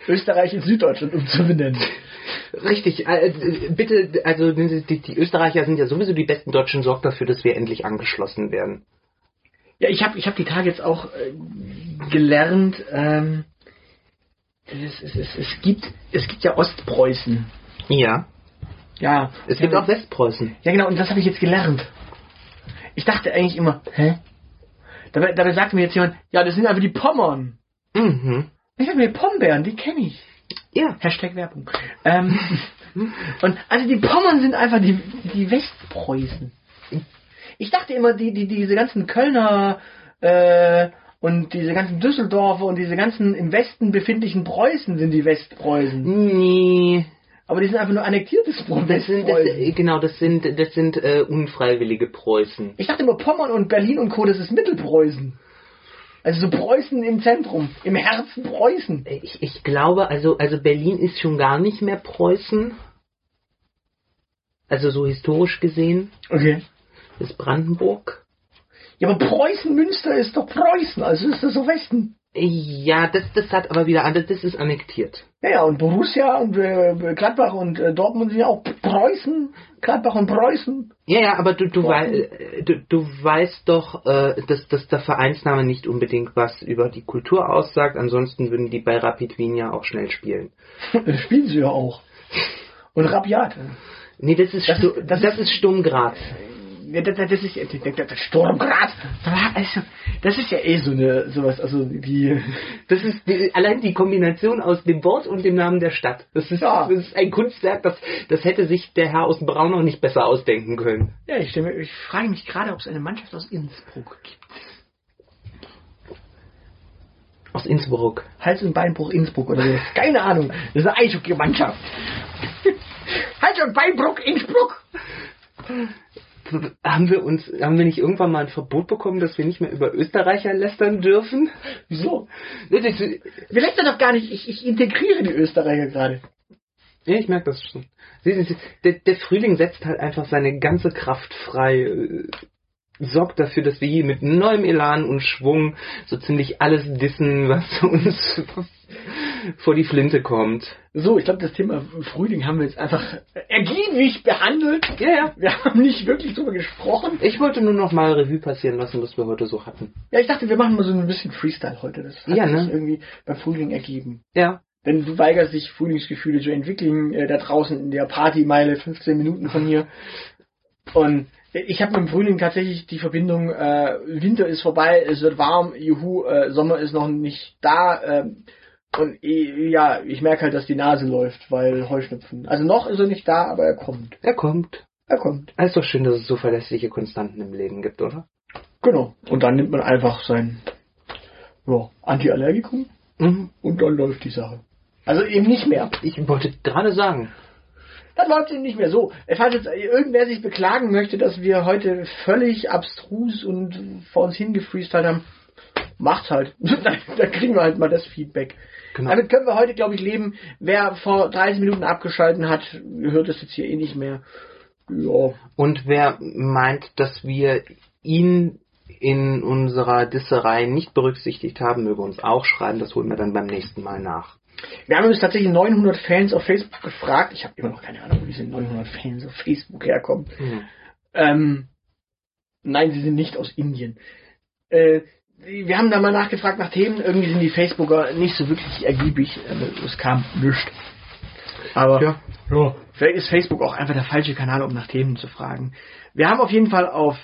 S1: Österreich in Süddeutschland umzubenennen.
S2: Richtig, äh, äh, bitte, also die, die Österreicher sind ja sowieso die besten Deutschen, sorgt dafür, dass wir endlich angeschlossen werden.
S1: Ja, ich habe ich hab die Tage jetzt auch äh, gelernt, ähm, es, es, es, es, gibt, es gibt ja Ostpreußen.
S2: Ja.
S1: Ja,
S2: Es gibt auch Westpreußen.
S1: Ja, genau, und das habe ich jetzt gelernt. Ich dachte eigentlich immer, hä? Dabei, dabei sagt mir jetzt jemand, ja, das sind einfach die Pommern.
S2: Mhm.
S1: Ich habe mir Pombeeren, die kenne ich.
S2: Ja.
S1: Hashtag Werbung. Ähm, und also die Pommern sind einfach die, die Westpreußen. Ich dachte immer, die, die, diese ganzen Kölner äh, und diese ganzen Düsseldorfer und diese ganzen im Westen befindlichen Preußen sind die Westpreußen.
S2: Nee.
S1: Aber die sind einfach nur annektiertes
S2: Das sind, das,
S1: Westpreußen.
S2: genau, das sind, das sind äh, unfreiwillige Preußen.
S1: Ich dachte immer, Pommern und Berlin und Co., das ist Mittelpreußen. Also so Preußen im Zentrum, im Herzen Preußen.
S2: Ich, ich glaube, also, also Berlin ist schon gar nicht mehr Preußen. Also so historisch gesehen
S1: Okay.
S2: ist Brandenburg.
S1: Ja, aber Preußen-Münster ist doch Preußen, also ist das so Westen.
S2: Ja, das, das hat aber wieder anders, das ist annektiert.
S1: Ja, ja, und Borussia und äh, Gladbach und äh, Dortmund sind ja auch Preußen. Gladbach und Preußen.
S2: Ja, ja, aber du, du,
S1: Warum?
S2: wei äh, du, du weißt doch, äh, dass, dass der Vereinsname nicht unbedingt was über die Kultur aussagt. Ansonsten würden die bei Rapid Wien ja auch schnell spielen.
S1: Das spielen sie ja auch. Und Rabiat. äh,
S2: Nee, das ist,
S1: Das
S2: Stu-
S1: ist- das
S2: das ist Sturm Graz.
S1: Ja, das, das ist ja das- das Sturmgrad. Also, Das ist ja eh so eine sowas, also die
S2: Das ist die, allein die Kombination aus dem Wort und dem Namen der Stadt. Das ist,
S1: Ja.
S2: das ist ein Kunstwerk, das, das hätte sich der Herr aus Braunau nicht besser ausdenken können.
S1: Ja, ich, stelle mir, ich frage mich gerade, ob es eine Mannschaft aus Innsbruck gibt.
S2: Aus Innsbruck.
S1: Hals- und Beinbruch Innsbruck oder so. Keine Ahnung. Das ist eine Eishockey-Mannschaft. Hals- und Beinbruch Innsbruck.
S2: Haben wir uns, haben wir nicht irgendwann mal ein Verbot bekommen, dass wir nicht mehr über Österreicher lästern dürfen?
S1: Wieso?
S2: Das ist-
S1: Wir lästern doch gar nicht. Ich, ich integriere die Österreicher gerade.
S2: Ja, ich merke das schon. Sehen Sie, Der, der Frühling setzt halt einfach seine ganze Kraft frei, äh, sorgt dafür, dass wir hier mit neuem Elan und Schwung so ziemlich alles dissen, was uns vor die Flinte kommt.
S1: So, ich glaube, das Thema Frühling haben wir jetzt einfach ergiebig behandelt.
S2: Ja, ja.
S1: Wir haben nicht wirklich drüber gesprochen.
S2: Ich wollte nur noch mal Revue passieren lassen, was wir heute so hatten.
S1: Ja, ich dachte, wir machen mal so ein bisschen Freestyle heute. Das hat
S2: Ja,
S1: sich
S2: ne?
S1: irgendwie beim Frühling ergeben.
S2: Ja.
S1: Denn du weigerst dich, Frühlingsgefühle zu entwickeln, äh, da draußen in der Partymeile, 15 Minuten von hier. Und äh, ich habe mit dem Frühling tatsächlich die Verbindung, äh, Winter ist vorbei, es wird warm, juhu, äh, Sommer ist noch nicht da. ähm, und eh, ja, ich merke halt, dass die Nase läuft, weil Heuschnupfen. Also noch ist er nicht da, aber er kommt.
S2: Er kommt.
S1: Er kommt.
S2: Es ist doch schön, dass es so verlässliche Konstanten im Leben gibt, oder?
S1: Genau. Und dann nimmt man einfach sein ja, Antiallergikum
S2: Mhm.
S1: und dann läuft die Sache. Also eben nicht mehr.
S2: Ich wollte gerade sagen.
S1: Dann läuft es nicht mehr so. Falls jetzt äh, irgendwer sich beklagen möchte, dass wir heute völlig abstrus und vor uns hingefreestylt haben, macht's halt. Dann dann kriegen wir halt mal das Feedback.
S2: Genau.
S1: Damit können wir heute, glaube ich, leben. Wer vor 30 Minuten abgeschalten hat, hört es jetzt hier eh nicht mehr. Ja.
S2: Und wer meint, dass wir ihn in unserer Disserei nicht berücksichtigt haben, möge uns auch schreiben. Das holen wir dann beim nächsten Mal nach.
S1: Wir haben übrigens tatsächlich 900 Fans auf Facebook gefragt. Ich habe immer noch keine Ahnung, wo diese 900 Fans auf Facebook herkommen.
S2: Hm.
S1: Ähm, nein, sie sind nicht aus Indien. Äh, wir haben da mal nachgefragt nach Themen. Irgendwie sind die Facebooker nicht so wirklich ergiebig. Äh, es kam nichts. Aber
S2: Ja.
S1: ja, vielleicht ist Facebook auch einfach der falsche Kanal, um nach Themen zu fragen. Wir haben auf jeden Fall auf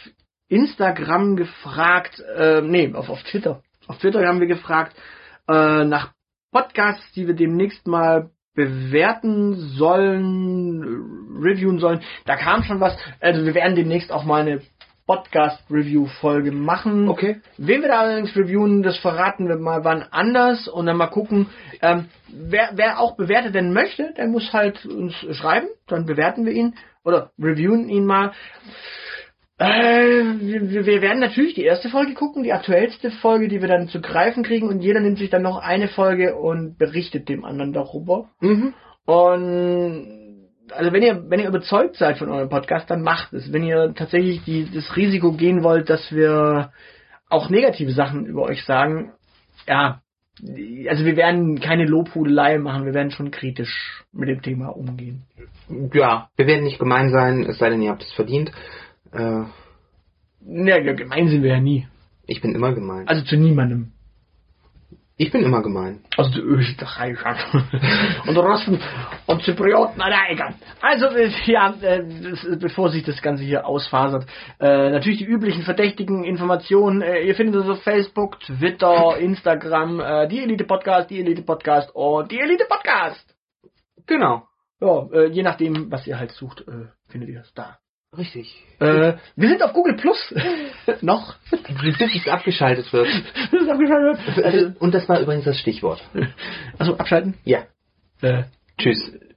S1: Instagram gefragt, äh, nee, auf, auf Twitter. Auf Twitter haben wir gefragt äh, nach Podcasts, die wir demnächst mal bewerten sollen, äh, reviewen sollen. Da kam schon was. Also wir werden demnächst auch mal eine Podcast-Review-Folge machen.
S2: Okay.
S1: Wen wir da allerdings reviewen, das verraten wir mal wann anders und dann mal gucken, ähm, wer, wer auch bewertet werden möchte, der muss halt uns schreiben, dann bewerten wir ihn oder reviewen ihn mal. Äh, wir, wir werden natürlich die erste Folge gucken, die aktuellste Folge, die wir dann zu greifen kriegen und jeder nimmt sich dann noch eine Folge und berichtet dem anderen darüber.
S2: Mhm.
S1: Und also wenn ihr, wenn ihr überzeugt seid von eurem Podcast, dann macht es. Wenn ihr tatsächlich die, das Risiko gehen wollt, dass wir auch negative Sachen über euch sagen, ja, also wir werden keine Lobhudelei machen, wir werden schon kritisch mit dem Thema umgehen.
S2: Ja, wir werden nicht gemein sein, es sei denn, ihr habt es verdient. Äh,
S1: Ja, gemein sind wir ja nie.
S2: ich bin immer gemein.
S1: Also zu niemandem.
S2: Ich bin immer gemein.
S1: Also zu Österreichern und Russen und Zyprioten, na egal. Also, äh, ja, äh, das, äh, bevor sich das Ganze hier ausfasert, äh, natürlich die üblichen verdächtigen Informationen. Äh, ihr findet uns auf Facebook, Twitter, Instagram, äh, die Elite Podcast, die Elite Podcast und die Elite Podcast.
S2: Genau.
S1: Ja, äh, je nachdem, was ihr halt sucht, äh, findet ihr es da.
S2: Richtig.
S1: Äh, wir sind auf Google Plus noch.
S2: Bis es abgeschaltet wird.
S1: das ist abgeschaltet. Also,
S2: Und das war übrigens das Stichwort.
S1: also abschalten.
S2: Ja.
S1: Äh,
S2: Tschüss.